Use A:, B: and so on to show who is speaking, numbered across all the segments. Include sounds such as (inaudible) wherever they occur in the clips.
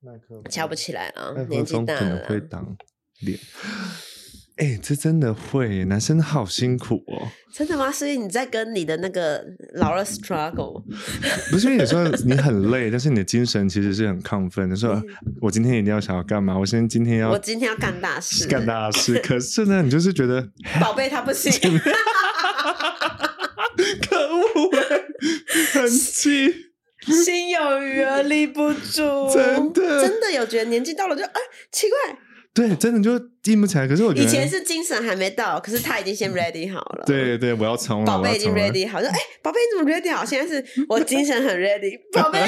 A: 麦克
B: 瞧不起来啊
A: 麦，克
B: 年纪
A: 风
B: 大
A: 可能
B: 了啊
A: 会
B: 啦，
A: 挡脸。哎、这真的会耶，男生好辛苦哦。
B: 真的吗？所以你在跟你的那个老
A: (laughs)
B: 二 struggle，
A: 不是因为有时候你很累，但是你的精神其实是很亢奋的，说我今天一定要想要干嘛，我现在今啊天要
B: 嗯我今天要干大事，
A: 干大事。可是呢，你就是觉得
B: 宝贝他
A: (laughs)
B: 不行，
A: 可恶欸，很气，
B: 心有余而力不足，
A: (laughs) 真的
B: 真的有觉得年纪到了就哎、奇怪，
A: 对，真的就硬不起来。可是我觉得
B: 以前是精神还没到，可是他已经先 ready 好了，。
A: 对对，我要冲了，
B: 宝
A: 我要
B: 贝已经
A: 冲了
B: ready 好，说哎，宝贝你怎么 ready 好？现在是我精神
A: (laughs)
B: 很 ready，宝贝，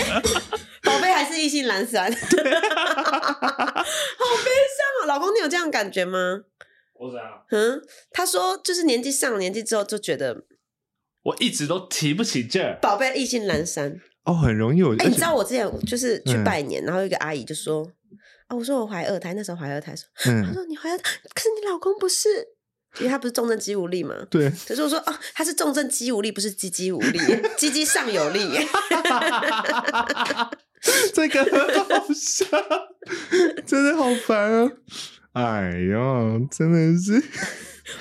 B: (laughs) 宝贝还是意兴阑珊，好悲 (laughs) 伤哦。老公，你有这样感觉吗？
C: 我怎样？
B: 嗯，他说就是年纪上了年纪之后就觉得
C: 我一直都提不起劲儿。
B: 宝贝意兴阑珊。
A: 哦，很容易我。
B: 哎、
A: 而
B: 你
A: 且
B: 知道我之前就是去
A: 嗯
B: 拜年，然后有一个阿姨就说啊，我说我怀二胎，那时候怀二胎，说她
A: 嗯，
B: 说你怀二胎，可是你老公不是，因为他不是重症肌无力嘛。
A: 对，
B: 可是我说哦，他是重症肌无力，不是鸡鸡无力，鸡鸡上有力。呃
A: 这个很好笑，真的好烦啊！哎呦，真的是，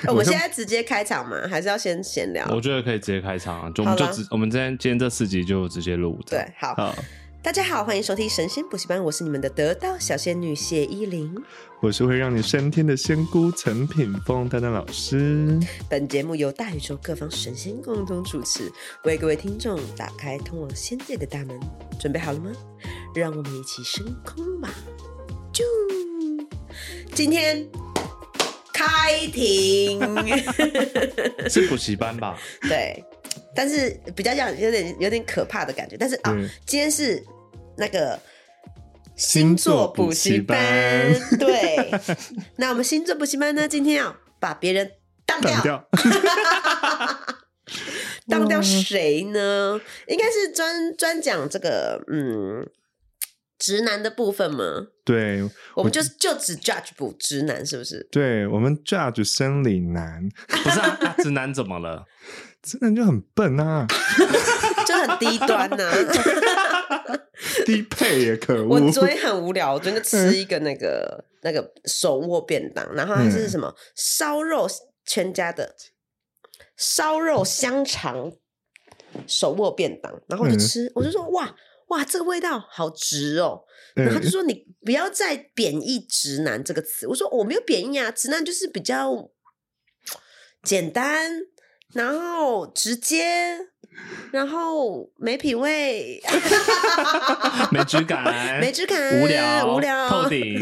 B: 我们现在直接开场嘛，还是要先闲聊？
C: 我觉得可以直接开场啊，就我
B: 好
C: 们就
B: 啦
C: 直我们今天今天这四集就直接录。这样
B: 对，好，
C: 好，
B: 大家好，欢迎收听神仙补习班，我是你们的得道小仙女谢依霖。
A: 我是会让你升天的仙姑陈品峰丹丹老师。
B: 本节目由大宇宙各方神仙共同主持，为各位听众打开通往仙界的大门。准备好了吗？让我们一起升空吧！啾！今天开 (laughs) 庭，
C: 是补习班吧？
B: 对，但是比较像有点有点可怕的感觉。但是啊、
A: 对
B: 今天是那个。
A: 星座
B: 补
A: 补习
B: 班
A: 班，
B: 对。那我们星座补习班呢？今天要把别人当掉
A: 挡，掉，
B: 当掉谁呢？应该是专专讲这个嗯直男的部分吗？
A: 对
B: 我们就就只 judge 不直男是不是？
A: 对，我们 judge 生理男，
C: 不是啊，啊直男怎么了？
A: 真的就很笨啊，
B: 就很低端 (laughs) 呐、
A: 低配也可恶。
B: 我昨天很无聊，我昨天就吃一个那个那个手握便当，然后它是什么烧肉全家的烧肉香肠手握便当，然后我就
A: 嗯
B: 吃，我就说哇哇这个味道好直哦，然后他就
A: 嗯
B: 说：“你不要再贬义‘直男’这个词。”我说：“我没有贬义啊，直男就是比较简单，然后直接，然后没品味，
C: 没质感，
B: (laughs) 没质感
C: 哎无聊，
B: 无聊
C: 透顶。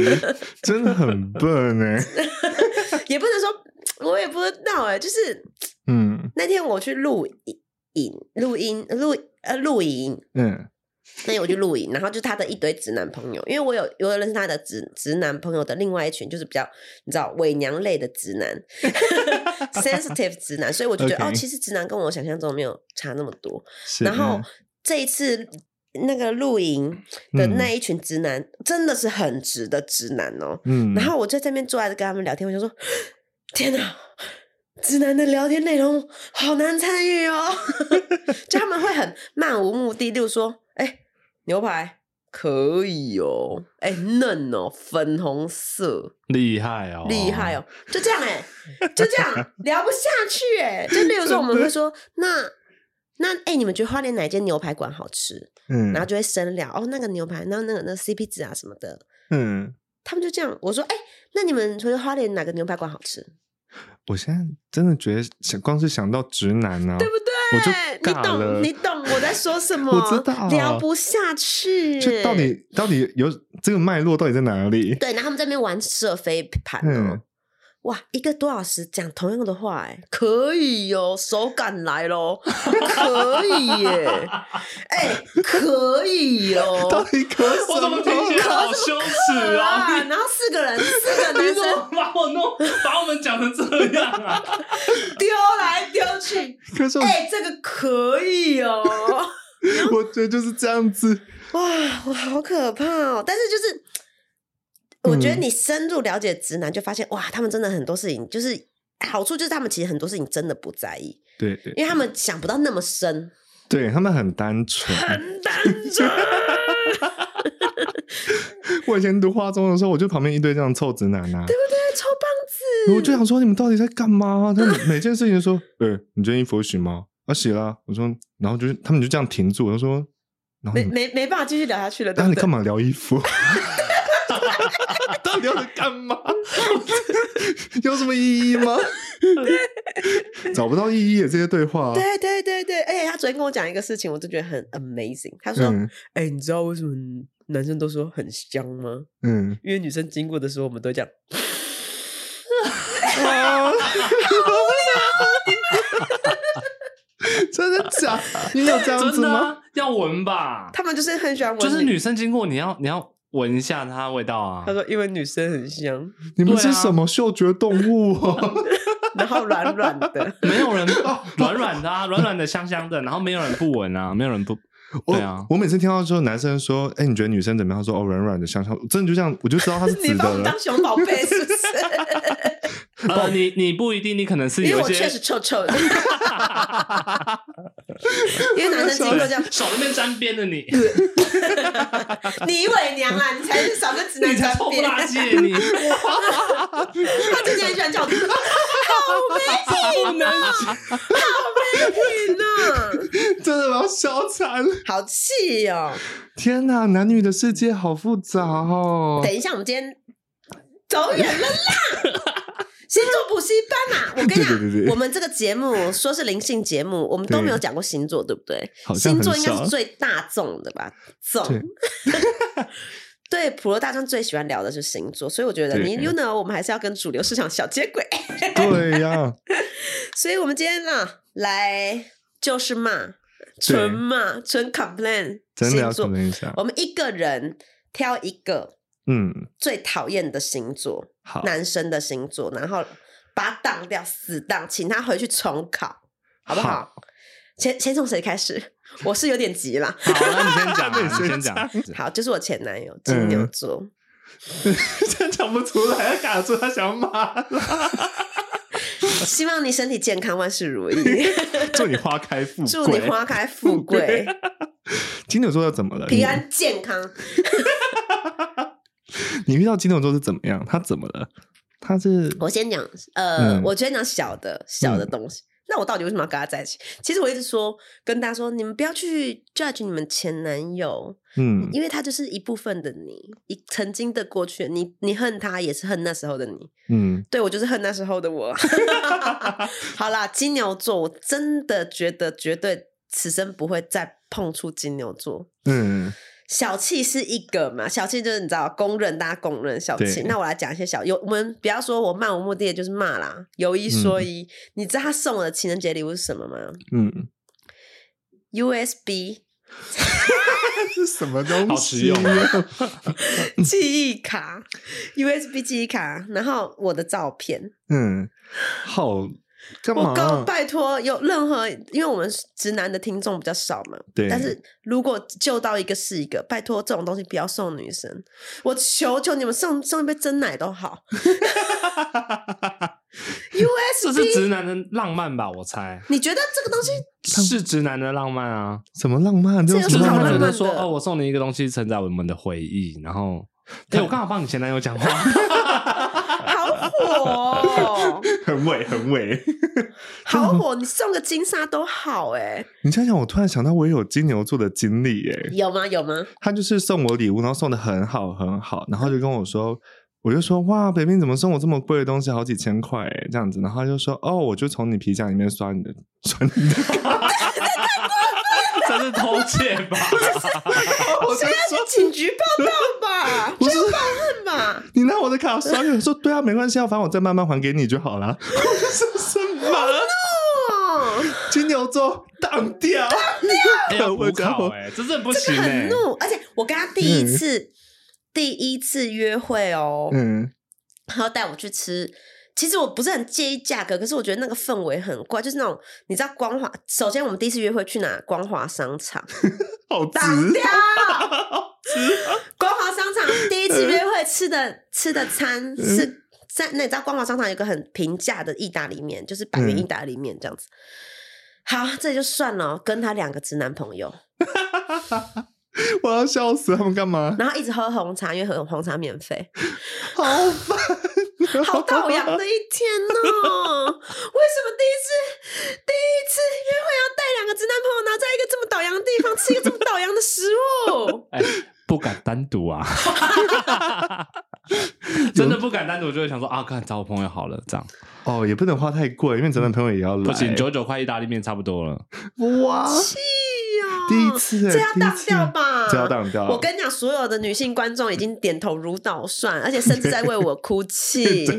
A: 真的很笨哎、
B: (laughs) 也不能说，我也不知道哎、就是
A: 嗯
B: 那天我去录影、录音、录呃录影，
A: 嗯
B: 那天我去露营，然后就他的一堆直男朋友，因为我有我有认识他的直直男朋友的另外一群，就是比较你知道伪娘类的直
A: (laughs)
B: 男，sensitive 直男，所以我就觉得
A: OK
B: 哦，其实直男跟我想象中没有差那么多。
A: 是，嗯
B: 然后这一次那个露营
A: 嗯
B: 的那一群直男、真的是很直的直男哦，
A: 嗯，
B: 然后我就在那边坐在这跟他们聊天，我就说天哪。直男的聊天内容好难参与哦，就他们会很漫无目的，例如说，哎、牛排可以哦，哎、嫩哦，粉红色，
C: 厉害哦，
B: 厉害哦，就这样哎、就这样聊不下去哎、就例如说我们会说，那那哎、你们觉得花莲哪间牛排馆好吃？
A: 嗯
B: 然后就会深聊哦，那个牛排，然后那个那个 CP 值啊什么的，
A: 嗯，
B: 他们就这样，我说，哎、那你们觉得花莲哪个牛排馆好吃？
A: 我现在真的觉得想光是想到直男呢、啊，
B: 对不
A: 我就
B: 对？你
A: 尬了
B: 懂，你懂我在说什么？
A: 我知道
B: 聊不下去。
A: 就到底到底有这个脉络到底在哪 (laughs) 里？
B: 对，然后他们在那边玩射飞盘哦。
A: 嗯
B: 哇，一个多小时讲同样的话、哎，可以哟、手感来咯，可以耶，哎、可以哦哟、 (laughs)
A: 到底可
C: 我怎么听起来好羞耻
B: 啊！
C: 哦？
B: 然后四个人，四个
C: 你
B: (laughs) 男
C: 怎
B: 生
C: 么把我弄，把我们讲成这样啊？
B: 丢来丢去，
A: 可是我
B: 哎、这个可以哦。
A: 我觉得就是这样子，
B: 哇，我好可怕哦！但是就是，我觉得
A: 嗯
B: 你深入了解直男，就发现、哇，他们真的很多事情，就是好处就是他们其实很多事情真的不在意，
A: 对对
B: 因为他们想不到那么深，
A: (laughs)
B: 啊
A: 对，他们很单纯，
B: 很单纯。
A: 我以前读化中的时候，我就旁边一堆这样臭直男啊，
B: 对不对？臭
A: (laughs)
B: 棒子，
A: 我就想说你们到底在干嘛？他们每件事情就说， (laughs) 呃，你最近衣服有洗吗？啊，洗啦、我说，然后就是他们就这样停住，我说，然后
B: 没
A: 你们，
B: 没没办法继续聊下去了，对
A: 然后
B: 不
A: 你干
B: 对？
A: 嘛聊衣服？ (laughs) 到底要干
C: (laughs)
A: 嘛？有什么意义吗？ (laughs) 找不到意义的这些对话、啊
B: 对对对对，而且他昨天跟我讲一个事情，我就觉得很 amazing。他说：“
A: 嗯
B: 哎、你知道为什么男生都说很香吗？
A: 嗯，
B: 因为女生经过的时候，我们都讲。”
C: 啊
A: 真的假？你有这样
C: 真
A: 子
C: 的
A: 吗？
C: 啊要闻吧？
B: 他们就是很喜欢闻，
C: 就是女生经过，你要你要闻一下它的味道啊
B: 他。说因为女生很香，
A: 你们
C: 对
A: 是
C: 啊。
A: 什么嗅觉动物、 (laughs) 啊？
B: 然后软软的
A: (laughs)
C: (laughs) 没有人软软的啊，软软的香香的，然后没有人不闻啊，没有人不
A: 我
C: 对啊
A: 我每次听到之后，男生说：“哎、你觉得女生怎么样？”他说：“哦，软软的，香香。”真的就这样，我就知道他是
B: 你
A: 直
B: 把
A: 的
B: 我们
A: 了
B: 当。熊宝贝是不是？
C: 呃，你你不一定，你可能是
B: 因为
C: 有一
B: 我
C: 些
B: 确实臭
C: (laughs)
B: 臭的，因为男生经过这样，
C: 手那边沾边的你，
B: 你伪娘啊，你才是少跟直
C: 你
B: 男
C: 才
B: 沾
C: 臭不
B: 边。
C: 拉几的你，
B: 他最近很喜欢叫我， (laughs) 好
C: (laughs)
B: 没品啊，好没品啊，
A: 真的我要笑惨 (laughs) 了！
B: 好气哦！
A: 天哪，男女的世界好复杂哦。
B: 等一下，我们今天走远了啦。
A: (laughs)
B: 星座补习班啊，我跟你讲，
A: 对对对对
B: 我们这个节目说是灵性节目，我们都没有讲过星座，对不对？
A: 好像
B: 星
A: 很
B: 座应该
A: 少
B: 是最大众的吧？
A: 对
B: 众对普罗大众最喜欢聊的是星座，所以我觉得
A: 对
B: 你 you know 我们还是要跟主流市场小接轨， (laughs)
A: 对呀、
B: 所以我们今天呢来就是骂，纯骂，纯 complain
A: 真的要
B: 星
A: 讨
B: 座，
A: 论一下。
B: 我们一个人挑一个
A: 嗯，
B: 最讨厌的星座，
A: 好，
B: 男生的星座，然后把它当掉，死当，请他回去重考，好不好？
A: 好
B: 先先从谁开始？ (laughs) 我是有点急啦。
C: 好，那你先讲啊，
A: 那
C: 你
A: 你
C: 先
A: 先
C: 讲
A: 讲，
B: 好，就是我前男友
A: 嗯 (laughs)
B: 金牛座，
A: 真讲不出来，要卡住他想骂。
B: 希望你身体健康，万事如意，
A: 祝你花开富贵，
B: (laughs) 祝你花开富贵，
A: 金牛座又怎么了？
B: 平安健康。
A: 你。你遇到金牛座是怎么样？他怎么了？他是
B: 我先讲，呃，
A: 嗯
B: 我先讲小的小的东西。那我到底为什么要跟他在一起？其实我一直说跟大家说，你们不要去 judge 你们前男友，
A: 嗯，
B: 因为他就是一部分的你，一曾经的过去的你，你恨他也是恨那时候的你。
A: 嗯，
B: 对我就是恨那时候的我。 (laughs) 好啦，金牛座，我真的觉得绝对此生不会再碰触金牛座。
A: 嗯，
B: 小气是一个嘛，小气就是你知道，公认大家公认小气。
A: 对
B: 那我来讲一些小，有我们不要说我漫无目的地就是骂啦，有一说一。你知道他送我的情人节礼物是什么吗
A: 嗯，
B: ？USB
A: 这是 (laughs) 什么东西？
C: 好实用啊
B: 记忆卡，USB 记忆卡，然后我的照片。
A: 嗯，好，干嘛啊
B: 我告拜托，有任何因为我们直男的听众比较少嘛，
A: 对
B: 但是如果救到一个是一个，拜托这种东西不要送女生，我求求你们送送一杯真奶
A: (laughs)
B: 都好。
C: 这
B: USB，
C: 是直男的浪漫吧？我猜
B: 你觉得这个东西
C: 是直男的浪漫啊，
A: 什么浪漫？这有
B: 这
A: 什
C: 就是
A: 么浪
C: 他们
B: 有什么浪
C: 觉
A: 漫？
B: 漫
C: 得
B: 的
C: 说，哦，我送你一个东西，承载我们的回忆，然后。对，我刚好帮你前男友讲话， (laughs)
B: 好火、
A: (laughs)
B: 哦，
A: 很伪，很伪。
B: 好火！你送个金沙都好哎、
A: (laughs) 你想想，我突然想到我也有金牛座的经历耶。
B: 有吗？有吗？
A: 他就是送我礼物，然后送的很好很好，然后就跟我说，我就说哇，北冰怎么送我这么贵的东西，好几千块耶这样子，然后他就说哦，我就从你皮夹里面刷你的刷你的卡，
C: 这是偷窃吧？
A: 我就说
B: 警局报道吧，
A: 不是
B: 看吧，
A: 你拿我的卡刷你，我说对啊，没关系啊，反正我再慢慢还给你就好啦。我说什么？
B: 哦，
A: 金牛座当啊掉，
C: 哎呀，
A: 我
C: 补
A: 讲
C: 考哎，这真的不
B: 这
C: 行
B: 个
C: 哎
B: 很，怒，而且我跟他第一次、第一次约会哦，
A: 嗯
B: 他要带我去吃。其实我不是很介意价格，可是我觉得那个氛围很怪，就是那种你知道光华。首先，我们第一次约会去哪？光华商场。
A: 好直，
B: 挡掉！光华商场第一次约会吃的吃的餐是在那，你知道光华商场有个很平价的意大利面，就是百元
A: 嗯
B: 意大利面这样哦子。好，这就算了，跟他两个直男朋友，
A: 我要笑死他们干嘛？
B: 然后一直喝红茶，因为喝红茶免费，
A: 好烦，啊
B: 好倒洋的一天哦！
A: (laughs)
B: 为什么第一次第一次约会要带两个直男朋友，然后在一个这么倒洋的地方吃一个这么倒洋的食
A: (laughs)
B: 物？
C: 哎，不敢单独啊， (laughs) 真的不敢单独，就会想说啊，看找我朋友好了，这样
A: 哦，也不能花太贵，因为咱们朋友也要来。
C: 不行，九九块意大利面差不多 (laughs) 了。
A: 哇，
B: 气呀、
A: 啊第一次欸
B: 这要
A: 第一
B: 当
A: 次
B: 掉吧？
A: 这要当掉。
B: 我跟你讲，所有的女性观众已经点头如捣蒜，而且甚至在为我哭泣。
A: (laughs)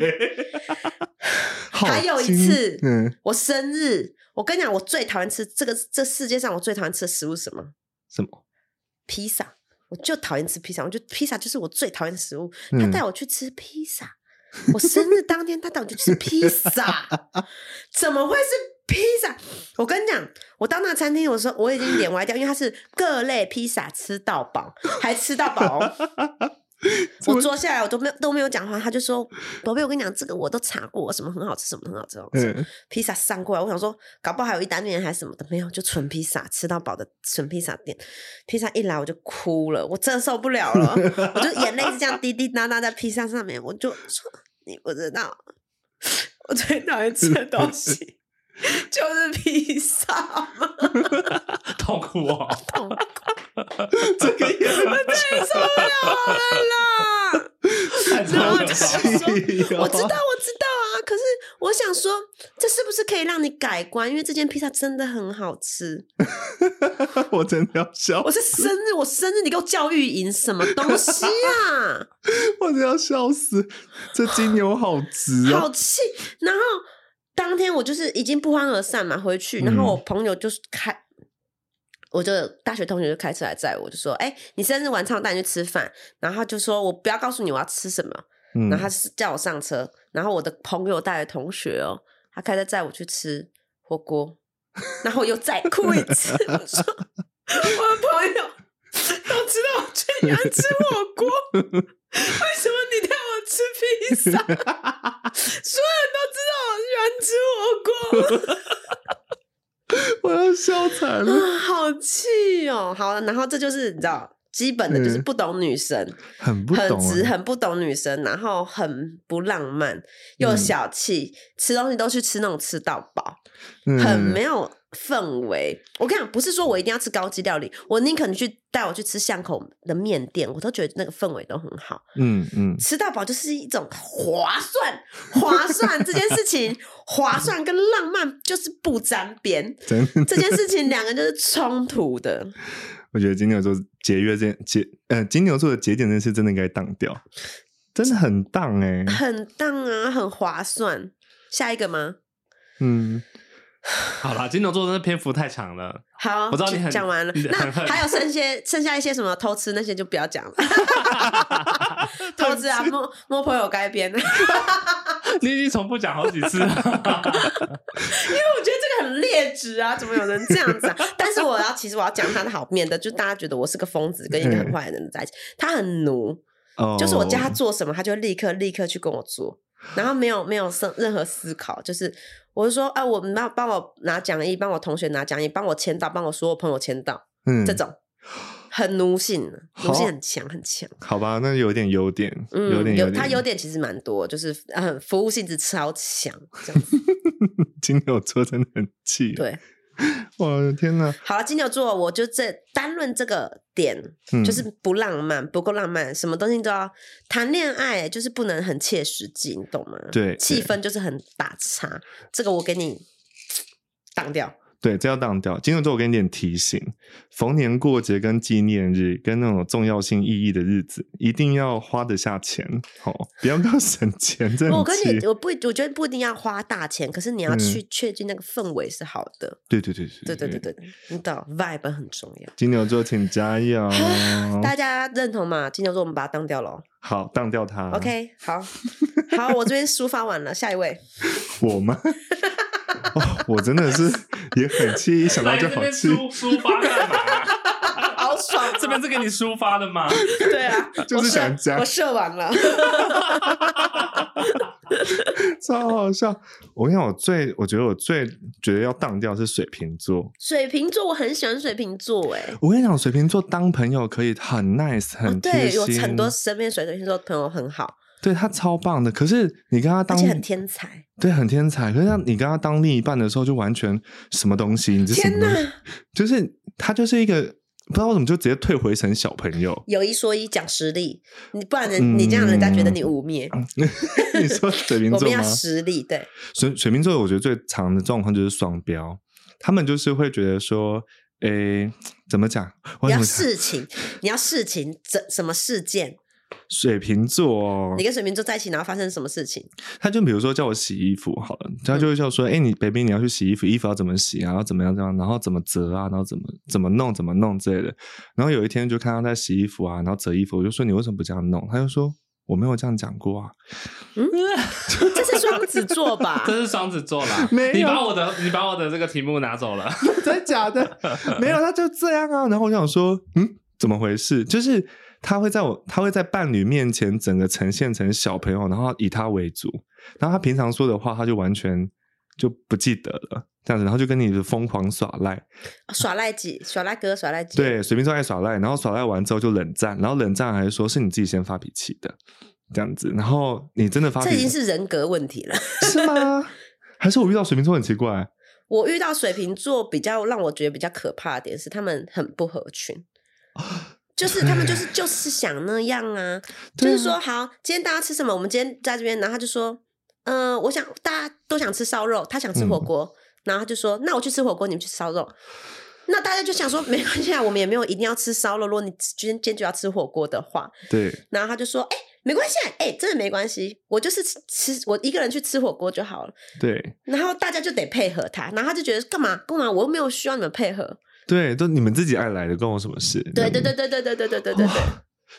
A: 好
B: 还有一
A: 惊
B: 次
A: 嗯，
B: 我生日，我跟你讲，我最讨厌吃这个这世界上我最讨厌吃的食物是什么？
A: 什么？
B: 披萨。我就讨厌吃披萨，我觉得披萨就是我最讨厌的食物。
A: 嗯
B: 他带我去吃披萨，我生日当天他带我去吃披
A: (laughs)
B: 萨，怎么会是披萨？我跟你讲，我到那餐厅，我说我已经脸歪掉，因为它是各类披萨吃到饱，还吃到饱
A: (laughs)
B: 哦、我坐下来，我都没有都没有讲话，他就说：“宝贝，我跟你讲，这个我都尝过，什么很好吃，什么很好吃。什么很好吃”
A: 嗯，
B: 披萨上过来，我想说，搞不好还有一单元还是什么的，没有，就纯披萨吃到饱的纯披萨店。披萨一来我就哭了，我真的受不了
A: (laughs)
B: 了，我就眼泪是这样滴滴答答在披萨上面，我就说你不知道，我最讨厌吃的东
A: (laughs)
B: 西就是披萨嘛，
C: 痛苦哦！
B: 痛苦，
A: 这个也
B: 我最受不了了
A: (laughs)
B: 啦。
C: 太痛
B: 然后
C: 了
B: 就
C: 吧
B: 是说
A: 说
B: (laughs) 我知道，我知道啊。可是我想说，这是不是可以让你改观？因为这间披萨真的很好吃。
A: (laughs) 我真的要笑，
B: 我是生日，我生日，你给我教育营什么东西啊？
A: 我真的要笑死，这金牛好直
B: 好
A: 哦，
B: 气！然后当天我就是已经不欢而散嘛，回去，然后我朋友就是开。我就大学同学就开车来载我，就说：“哎、你生日晚餐我带你去吃饭。”然后他就说：“我不要告诉你我要吃什么。”
A: 嗯
B: 然后他是叫我上车，然后我的朋友带的同学哦，他开车载我去吃火锅，然后我又再哭一次，我说我的朋友都知道我最喜欢吃火锅，为什么你带我吃披萨？所有人都知道我喜欢吃火锅。
A: 我要笑惨了，
B: 啊，好气哦！好了，然后这就是你知道，基本的就是
A: 嗯
B: 不懂女生，
A: 很不
B: 很
A: 懂
B: 直，
A: 啊，
B: 很不懂女生，然后很不浪漫，又
A: 嗯
B: 小气，吃东西都去吃那种吃到饱，
A: 嗯
B: 很没有氛围。我跟你讲，不是说我一定要吃高级料理，我宁可你去带我去吃巷口的面店，我都觉得那个氛围都很好。
A: 嗯嗯，
B: 吃到饱就是一种划算，划算这件事情，划算跟浪漫就是不沾边。
A: 真的，
B: 这件事情两个就是冲突的，
A: 我觉得金牛座节约这节，呃，金牛座的节俭这件事真的应该当掉，真的很当哎，
B: 很当啊，很划算。下一个吗？
A: 嗯，
C: 好啦，金牛座真的篇幅太长了，
B: 好，
C: 我知道你
B: 就
C: 很
B: 讲完了
C: 你，很
B: 那
C: 恨
B: 还有剩些 (laughs) 剩下一些什么偷吃那些就不要讲
C: (laughs)
B: 了，偷吃啊，摸摸朋友该 (laughs) 编，因为
C: 你已经重复讲好几次 (laughs) 了。
B: 我觉得这个很劣质啊，怎么有人这样子
C: (laughs)
B: 啊？但是我要其实我要讲他的好，免得就大家觉得我是个疯子，跟一个
C: 嗯
B: 很坏的人在一起。他很奴，
A: 哦，
B: 就是我叫他做什么，他就立刻立刻去跟我做，然后没有没有任任何思考，就是我就说，哎、我们帮帮我拿讲义，帮我同学拿讲义，帮我签到，帮我所有朋友签到。
A: 嗯
B: 这种很奴性的，奴
A: 好
B: 性很强很强。
A: 好吧，那有点优点，
B: 嗯，
A: 有点
B: 有
A: 点，
B: 他优点其实蛮多，就是呃服务性质超强这
A: (laughs)
B: 样子。
A: 金牛座真的很气，，
B: 对，
A: 我的天哪，
B: 好了，金牛座，我就这单论这个点，
A: 嗯
B: 就是不浪漫，不够浪漫，什么东西都要谈恋爱，就是不能很切实际，你懂吗？
A: 对
B: 气
A: 对
B: 氛就是很打叉，这个我给你挡掉。
A: 对，这要当掉。金牛座，我给你点提醒：逢年过节、跟纪念日、跟那种重要性意义的日子，一定要花得下钱，好、不要 (laughs) 靠省钱。这
B: 我
A: 很
B: 跟
A: 气
B: 你，我不，我觉得不一定要花大钱，可是你要
A: 嗯
B: 去确定那个氛围是好的。
A: 对对对
B: 对
A: 对
B: 对对，对，你懂，vibe 很重要。
A: 金牛座，请加
B: (laughs)
A: 油！
B: 大家认同嘛？金牛座我们把它当掉了哦、
A: 好，啊当掉它。
B: OK，好， (laughs) 好，我这边抒发完了，下一位。
A: 我吗？ (laughs) 哦，我真的是也很气，一想
B: (laughs)
A: 到
C: 来
A: 就
C: 这
A: 好
C: 边
A: 气。
C: 抒抒发干 (laughs) 嘛？
B: 好爽、
C: 这边是给你抒发的吗？
B: 对啊，
A: (laughs) 就是
B: 我射
A: 想讲
B: 我射完了。
A: 超好笑。我跟你讲，我最我觉得我最觉得要当掉是水瓶座。
B: 水瓶座，我很喜欢水瓶座、欸，哎、
A: 我跟你讲，水瓶座当朋友可以很 nice，很贴
B: 哦对，
A: 心，
B: 有很多身边水瓶座的朋友很好，
A: 对他超棒的。可是你跟他
B: 而
A: 当
B: 且很天才。
A: 对，很天才。可是像你跟他当另一半的时候，就完全什么东西，你这什
B: 天
A: 么东西？
B: 哪，
A: 就是他就是一个不知道为什么就直接退回成小朋友。 (laughs)
B: 有一说一，讲实力，你不然人你这样人家觉得你污蔑。
A: 你说水瓶嗯
B: 我
A: 座
B: 们要
A: 吗？
B: 实力，对，
A: 水水瓶座，我觉得最常的状况就是双标，他们就是会觉得说，诶，怎么讲？我
B: 你
A: 怎么
B: 要
A: 讲？
B: 事情，你要事情，怎什么事件？
A: 水瓶座、哦
B: 你，跟水瓶座在一起，然后发生什么事情？
A: 他就比如说叫我洗衣服好了，他就会叫我说，诶，哎你 baby 你要去洗衣服，衣服要怎么洗啊，然后怎么样怎么样，然后怎么折啊，然后怎么怎么弄怎么弄之类的。然后有一天就看他在洗衣服啊，然后折衣服，我就说你为什么不这样弄？他就说我没有这样讲过啊。
B: 这是双子
A: (laughs)
B: 座吧？
C: 这是双子座 (laughs) 啦
A: 没有，
C: 你把我的你把我的这个题目拿走 (laughs) 了，
A: (laughs) 真假
B: (laughs)
A: 的？没有，他就这样啊。然后我想说，嗯，怎么回事？就是他会在我，他会在伴侣面前整个呈现成小朋友，然后以他为主，然后他平常说的话，他就完全就不记得了。这样子，然后就跟你疯狂耍赖，
B: 耍赖几，耍赖哥，耍赖姐。
A: 对，水瓶座爱耍赖，然后耍赖完之后就冷战，然后冷战还说是你自己先发脾气的，这样子，然后你真的发
B: 这
A: 脾
B: 已经
A: 气
B: 是人格问题了。 (laughs)
A: 是吗？还是我遇到水瓶座很奇怪？
B: 我遇到水瓶座比较让我觉得比较可怕的点是，他们很不合群，就是他们就是就是想那样啊，就
A: 啊对啊
B: 是说好，今天大家吃什么？我们今天在这边，然后他就说，嗯、我想大家都想吃烧肉，他想吃
A: 嗯
B: 火锅，然后他就说，那我去吃火锅，你们去吃烧肉。那大家就想说，没关系啊，我们也没有一定要吃烧肉。如果你今天坚决要吃火锅的话，
A: 对，
B: 然后他就说，哎、没关系啊，哎、真的没关系，我就是吃吃，我一个人去吃火锅就好了。
A: 对，
B: 然后大家就得配合他，然后他就觉得干嘛干嘛，我又没有需要你们配合。
A: 对，都你们自己爱来的，关我什么事？这
B: 对
A: 样
B: 对
A: 子
B: 对对对对对对对对对，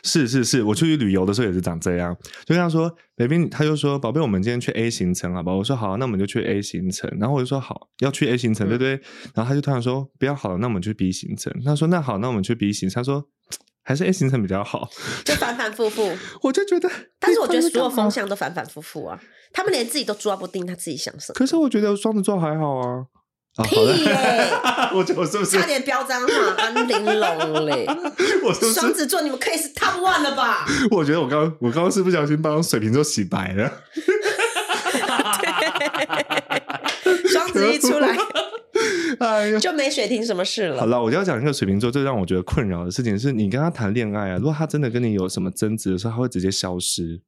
A: 是是是，我出去旅游的时候也是长这样，就跟他说，baby，他就说，宝贝，我们今天去 A 行程好吧？我说好，那我们就去 A 行程。然后我就说好，要去 A 行程，对
B: 嗯
A: 不对？然后他就突然说，不要好了，那我们去 B 行程。他说那好，那我们去 B 行程。他说嘖还是 A 行程比较好。
B: 就反反
A: (laughs)
B: 复复。
A: 我就觉得，
B: 但是我觉得
A: 你到底在
B: 所有
A: 干嘛
B: 风，向都反反复复啊，他们连自己都抓不定他自己想什么。
A: 可是我觉得双子座还好啊。啊，
B: 屁
A: 好了，
B: 嘞！
A: (laughs) 我觉得我是不是
B: 差点飙脏话，安玲珑
A: (laughs)
B: 嘞！
A: 我是不
B: 双
A: 是？
B: 子座，你们可以是 top one 了吧？
A: 我觉得我刚刚我刚刚是不小心帮水瓶座洗白了。
B: 双子一出来
A: (laughs) 哎呦，
B: 就没水停什么事
A: 好
B: 了。
A: 了，我就要讲一个水瓶座最让我觉得困扰的事情是，你跟他谈恋
B: 嗯
A: 爱啊，如果他真的跟你有什么争执的时候，他会直接消失，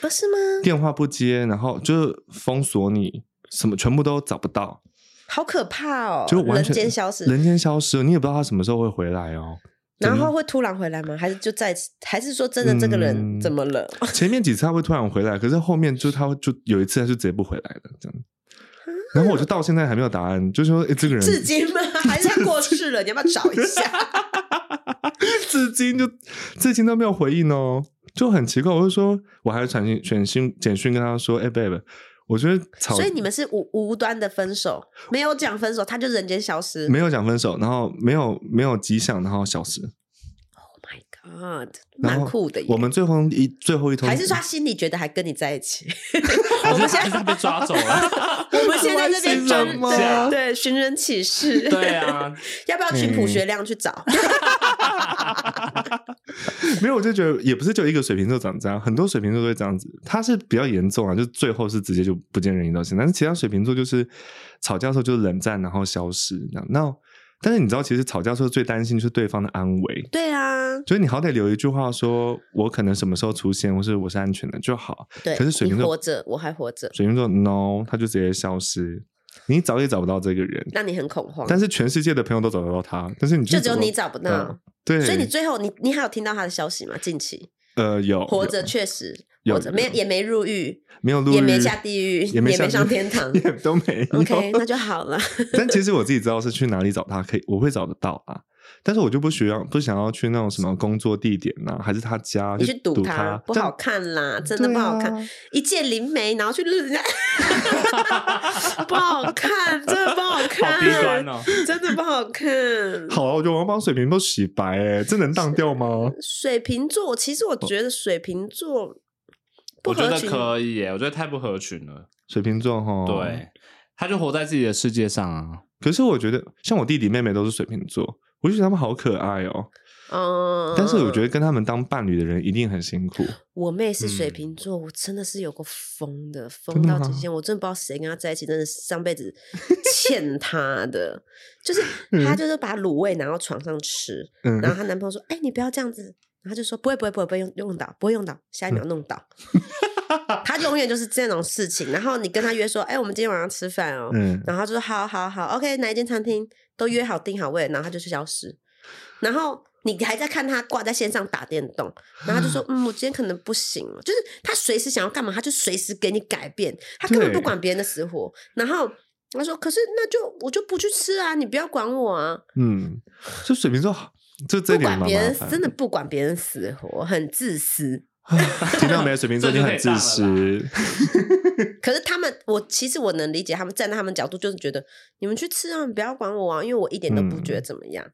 B: 不是吗？
A: 电话不接，然后就是封锁你，什么全部都找不到，
B: 好可怕哦！
A: 就完
B: 人
A: 全
B: 间消失，
A: 人间消失，你也不知道他什么时候会回来
B: (laughs)
A: 哦。
B: 然后会突然回来吗？还是就在？还是说真的这个人
A: 嗯
B: 怎么了？哦
A: 前面几次他会突然回来，可是后面就他会就有一次他就直接不回来了，这样。然后我就到现在还没有答案，就说诶哎这个人
B: 至今
A: (laughs)
B: 吗？还嗯是他过世了？你要不要找一下？
A: (laughs) 至今就至今都没有回应哦，就很奇怪。我就说，我还传讯、简讯、简讯跟他说，哎、b a b e 我觉得 (laughs) 吵，
B: 所以你们是无无端的分手，没有讲分手，他就人间消失。
A: 没有讲分手，然后没有没有迹象，然后消失。
B: Oh my God，
A: 然
B: 蛮
A: 后
B: 酷的耶。
A: 我们最后一最后一通
B: 还是说他心里觉得还跟你在一起？
C: 我们现在被抓走
B: (laughs)
C: 了，
B: 我们现在这边专
A: 为什
B: 对
A: 么
B: 对寻人
A: (laughs)
B: 启事，
C: (laughs) 对啊，
B: (laughs) 要不要去朴
A: 嗯
B: 学亮去找？
A: (laughs)
B: (laughs)
A: 没有，我就觉得也不是就一个水瓶座长这样，很多水瓶座都会这样子。他是比较严重啊，就最后是直接就不见人影到现在。但是其他水瓶座就是吵架的时候就是冷战，然后消失这样。那但是你知道，其实吵架的时候最担心就是对方的安危。
B: 对啊，
A: 所以你好歹留一句话说，我可能什么时候出现，或是我是安全的就好。
B: 对，
A: 可是水
B: 你
A: 瓶座
B: 活着，我还活着，
A: 水瓶座 no，他就直接消失，你找也找不到这个人。
B: 让你很恐慌，
A: 但是全世界的朋友都找得到他，但是你
B: 就
A: 就
B: 只有你找不到
A: 嗯。对，
B: 所以你最后你你还有听到他的消息吗？近期
A: 呃有
B: 活着
A: 有
B: 确实
A: 有
B: 活着，没有也没入狱，
A: 没有录
B: 也没
A: 音
B: 下地狱
A: 也没
B: 也没
A: 下
B: 上
A: 地狱
B: 天堂
A: 也都
B: (laughs)
A: 没有。
B: OK，那就好了。
A: (laughs) 但其实我自己知道是去哪里找他，可以我会找得到啊。但是我就不需要，不想要去那种什么工作地点呐、还是他家，
B: 你
A: 啊就
B: 去赌
A: 赌
B: 它不
A: 这样
B: 好看啦，真的
A: 对
B: 不好看。
A: 啊
B: 一见灵媒，然后去日人 (laughs) 家，不好看，
A: (laughs)
B: 真的不好看，
C: 好低端哦，
B: 真的不好看。
A: 好啊，我觉得我要帮水瓶座洗白、欸，这能当掉吗？
B: 水瓶座，其实我觉得水瓶座不
C: 我觉
B: 合
C: 得
B: 群
C: 可以耶，我觉得太不合群了。
A: 水瓶座哈，
C: 对，他就活在自己的世界上啊。
A: 可是我觉得，像我弟弟妹妹都是水瓶座，我就觉得他们好可爱哦。
B: 嗯，
A: 但是我觉
B: 得
A: 得跟他们当伴侣的人一定很辛苦。
B: 我妹是水
C: 嗯
B: 瓶座，我真的是有个疯的，疯
A: 真的
B: 到极
A: 吗
B: 限，我真的不知道谁跟她在一起，真的是上辈子欠她的，就是
A: (laughs)
B: 她就是把卤味拿到床上吃，
A: 嗯，
B: 然后她男朋友说：“哎、你不要这样子。”然后她就说：“不会，不会，不会，不会用用到，不会用到，下一秒弄倒。她永远就是这种事情。然后你跟她约说：“哎、我们今天晚上吃饭哦。
A: 嗯，
B: 然后她就说：“好好好，OK，哪一间餐厅都约好订好位。”然后她就去消失。然后你还在看她挂在线上打电动，然后她就说：“嗯，我今天可能不行了。”就是她随时想要干嘛，她就随时给你改变，她根本不
A: 对
B: 管别人的死活。然后她说：“可是那就我就不去吃啊，你不要管我啊。”
A: 嗯，就水瓶座好，就这
B: 不
A: 点
B: 管
A: 蛮
B: 别
A: 麻
B: 人
A: 烦，
B: 真的。不管别人死活，很自私。
A: (laughs) 听到没？水瓶座
C: 这
A: 你
C: 就可
A: 很
C: 以
A: 自
C: 当了
A: 私，
B: 可是他们，我其实我能理解他们站在他们角度，就是觉得你们去吃啊，你不要管我啊，因为我一点都不
A: 嗯
B: 觉得怎么样。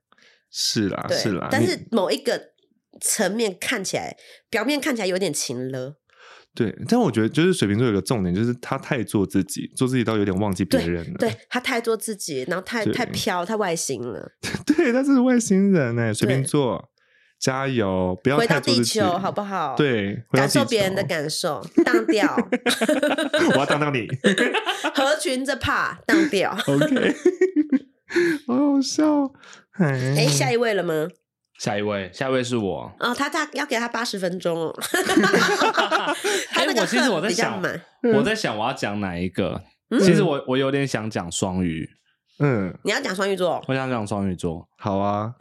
A: 是啦，
B: 对，
A: 啊是啦。
B: 但
A: 你
B: 是某一个层面看起来，表面看起来有点情了，
A: 对，但我觉得就是水瓶座有个重点，就是他太做自己，做自己到有点忘记别人了。
B: 对他太做自己，然后太
A: 嗯对
B: 太飘，太外形了。
A: (laughs) 对，他是外星人哎，水瓶
B: 对
A: 座，加油，不要
B: 回
A: 太
B: 到
A: 做
B: 地
A: 自己，
B: 球好不好？，
A: 对，回到
B: 感受
A: 地
B: 别人的
A: 球，
B: 感受，
A: (laughs)
B: 当掉， (laughs)
A: 我要当当你
B: 合群这怕当掉。
A: ，OK，好好笑哦，哎
B: 哎，下一位了吗？
C: 下一位，下一位是我。
B: 哦，他他要给他八十分钟哦。 (laughs) 他
C: 哎、
B: 那
C: 我
B: 个
C: 其实
B: 恨
C: 我在
B: 比较
C: 想，
B: 满
C: 我在想我要讲哪一个。
B: 嗯
C: 其实我我有点想讲双鱼，
A: 嗯，
B: 你要讲双鱼座，哦
C: 我想讲双鱼座。
A: 好啊，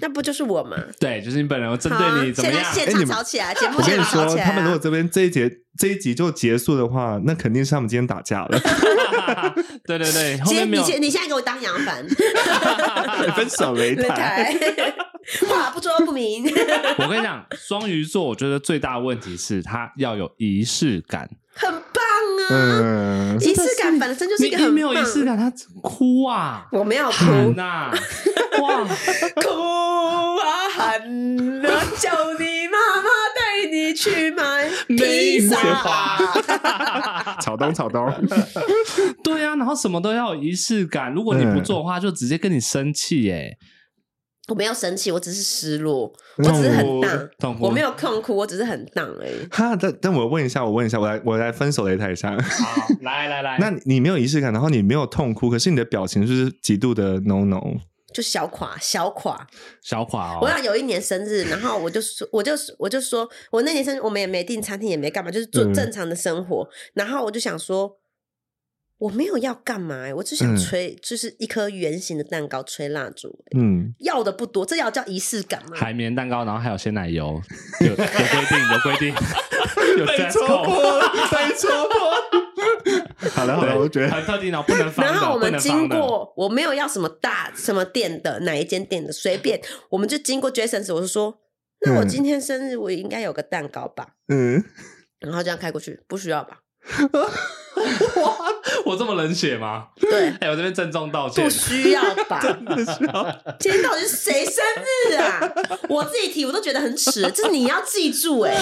B: 那不就是我吗？
C: 对，就是你本人，我针
B: 好啊
C: 对你怎么
B: 现
C: 样
B: 在？现
A: 哎你
B: 场
A: 们
B: 吵起来，节目
A: 我跟
B: 现
A: 你
B: 场吵
A: 说，
B: 起来啊。
A: 他们如果这边这一节这一集就结束的话，那肯定是他们今天打架 (laughs) 了，
C: (laughs) 对对对，后
B: 姐
C: 面没
B: 啊你
C: 有。
B: 姐你现在给我当杨凡，
A: 分手擂
B: 擂
A: 台。
B: 台 (laughs) 话不说不
C: (laughs)
B: 明。
C: 我跟你讲，双鱼座我觉得最大的问题是他要有仪式感，
A: 嗯，
B: 啊仪式感本身就是一
C: 你
B: 个
C: 你
B: 很
C: 没有仪式
B: 棒，
C: 感，他哭啊，
B: 我没有哭，(laughs)
C: 喊呐、哇，
B: 哭啊喊啊，叫你妈妈带你去买披萨。 (laughs)
A: 草东草东，
C: 对啊，然后什么都要有仪式感，如果你不做的话，就直接跟你生气耶、
B: 我没有生气，我只是失落，我
A: 嗯
B: 只是很荡
C: 痛，哭
B: 我没有痛哭，我只是很荡而已。
A: 哈，但但我问一下，我问一下，我来我来分手擂台上，
C: 好，来来来
A: 那你你没有仪式感，然后你没有痛哭，可是你的表情就是极度的 no no，
B: 就小垮小垮。
C: 小垮
B: 我
C: 哦，
B: 想有一年生
C: (laughs)
B: 日，然后我就说，我就我就说我那年生日，我们也没订餐厅，也没干嘛，就是做
A: 嗯
B: 正常的生活。然后我就想说，我没有要干嘛、欸，我只想
A: 嗯
B: 吹，就是一颗圆形的蛋糕，吹蜡烛、欸
A: 嗯，
B: 要的不多，这要叫仪式感吗？
C: 海绵蛋糕，然后还有鲜奶油，有有规定，有规定，有 (laughs)
A: 被
C: dress
A: 戳
C: code
A: 破了，被戳破。好了好了，
C: 对
A: 我觉得
C: 很特定哦，不能放的，
B: 然后我
C: 不
B: 们
C: 能
B: 经
C: 放的
B: 过，我没有要什么大什么店的哪一间店的，随便，我们就经过 Jason 时，我就说，那我
A: 嗯
B: 今天生日我应该有个蛋糕吧，
A: 嗯，
B: 然后这样开过去，不需要吧？
C: 我这么冷血吗？
B: 对，
C: 哎、我这边郑重道歉
B: 不。需要
C: (laughs)
B: 吧？
A: 是啊
B: 今天到底是谁生日啊？我自己提我都觉得很耻，这是你要记住哎、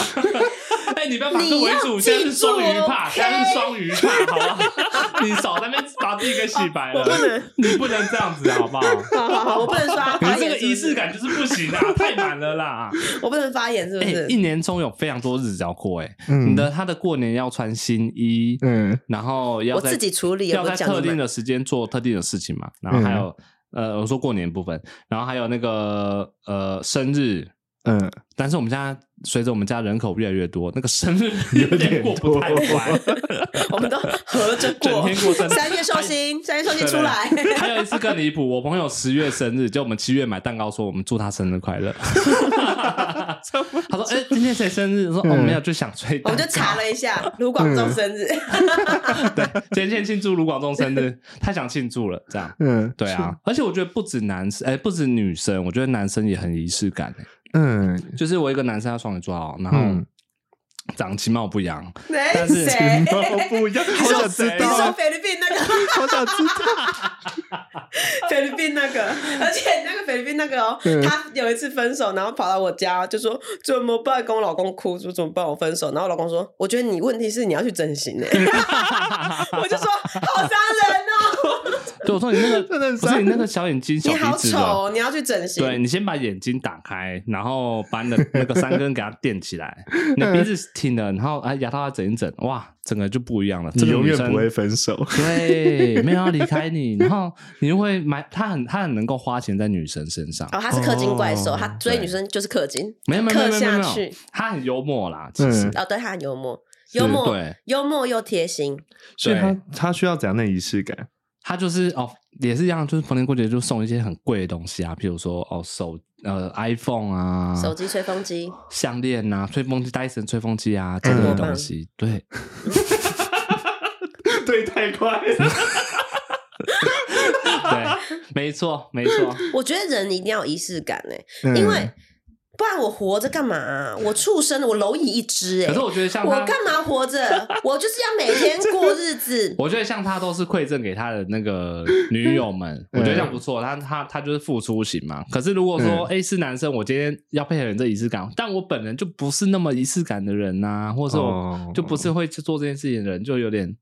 C: 哎、你不要把这
B: 你
C: 为
B: 要
C: 主，现在是
B: 记住
C: 双鱼怕，
B: ，OK？
C: 现在是双鱼怕，好吧？你少在那边把自己给洗白了，
B: 我不能
C: 你 (laughs) 不能这样子，好不 (laughs) 好？
B: 好好好，我不能刷
C: 你
B: 发言，
C: 这个仪
B: 是不
C: 式
B: 是，
C: 感就是不行啊，太满了啦！
B: 我不能发言，是不
C: 哎、
B: 是？
C: 一年中有非常多日子要过、哎、
A: 嗯
C: 你的他的过年要穿新衣，
A: 嗯
C: 然后要
B: 我
C: 在
B: 自己处理，
C: 要
B: 我
C: 在
B: 讲
C: 特
B: 你
C: 定
B: 们。
C: 的时间做特定的事情嘛，然后
A: 嗯
C: 还有、呃，我说过年部分，然后还有那个呃生日。
A: 嗯，
C: 但是我们家随着我们家人口越来越多，那个
A: (laughs)
C: 生日有点过不太完。
B: 我们都合着
C: 整
B: 过
C: 天。过生日
B: 三月寿
C: (laughs)
B: 星，三月寿星出来， (laughs)
C: 对还有一次更离谱，我朋友十月生日，就我们七月买蛋糕，说我们祝他生
B: (laughs)
C: 日快乐。他说：“哎、今天谁生日？”我说：“哦，
A: 嗯
C: 没有，就想吹
B: 我
C: 蛋
B: 们
C: 糕。
B: 就查了一下卢广仲生日，
C: 嗯 (laughs) 对，今天庆祝卢广仲生日，他想庆祝了，这样。
A: 嗯，
C: 对啊，而且我觉得不止男生，哎、不止女生，我觉得男生也很仪式感、欸。
A: 嗯
C: 就是我一个男生，他双鱼座哦，然后
A: 嗯
C: 长其貌不扬，
B: (laughs) 那
C: 但是
B: 谁？
A: 哦，不一样， (laughs) 好想知
B: 你
A: 道
B: 说
A: 啊，
B: 菲律宾那个，
A: 好想知道。
B: (laughs) 菲律宾那
C: (laughs)
B: 个，而且那个菲律宾那个哦，
A: 嗯
B: 他有一次分手，然后跑来我家就说怎么办，跟我老公哭，说怎么办，我分手。然后我老公说，我觉得你问题是你要去整形呢。欸
C: (laughs)
B: (laughs) 我就说好伤人哦，
C: 对我说你那个
A: (laughs) 真的是
C: 不是你那个小眼睛小
B: 你
C: 鼻
B: 好
C: 子
B: 丑
C: 的。
B: 哦，你要去整形。
C: 对你先把眼睛打开，然后把你的那个三根给它垫起来，你的鼻子挺了，然后哎牙套要整一整，哇，整个就不一样了。这
A: 你
C: 个
A: 永远
C: 女生
A: 不会分手，
C: 对，没有要离开你，然后你就会买，他很他很能够花钱在女生身上，
B: 哦，他是氪金怪兽，
A: 哦
B: 他追
C: 对
B: 女生就是氪金，
C: 没有没有没有
B: 氪
C: 没有
B: 下
C: 没有
B: 去。
C: 他很幽默啦，其实
A: 嗯
B: 哦，对，他很幽默，幽默，
C: 对，
B: 幽默又贴心。
A: 所以他
C: 对
A: 他需要怎样的仪式感？
C: 他就是哦也是一样，就是逢年过节就送一些很贵的东西啊，譬如说哦手呃 iPhone 啊，
B: 手机吹风机，
C: 项链啊，吹风机戴森吹风机
A: 嗯
C: 啊这类的东西，对，
A: (laughs) 对，太快了。
C: (laughs) 对，没错没错，
B: 我觉得人一定要有仪式感哎、
A: 嗯
B: 因
C: 嗯
B: 为不然我活着干嘛啊、我畜生，我蝼蚁一只哎、
C: 可是我觉得像
B: 我
C: 他。
B: 干嘛活着？我就是要每
C: (laughs)
B: 天过日子。
C: 我觉得像他都是馈赠给他的那
A: (laughs)
C: 个女友们，我觉得这样不错。他他他就是付出型嘛。可是如果说
A: 嗯
C: 哎、诶是男生，我今天要配合你这仪式感，但我本人就不是那么仪式感的人呐、或者是
A: 哦
C: 我就不是会去做这件事情的人，就有点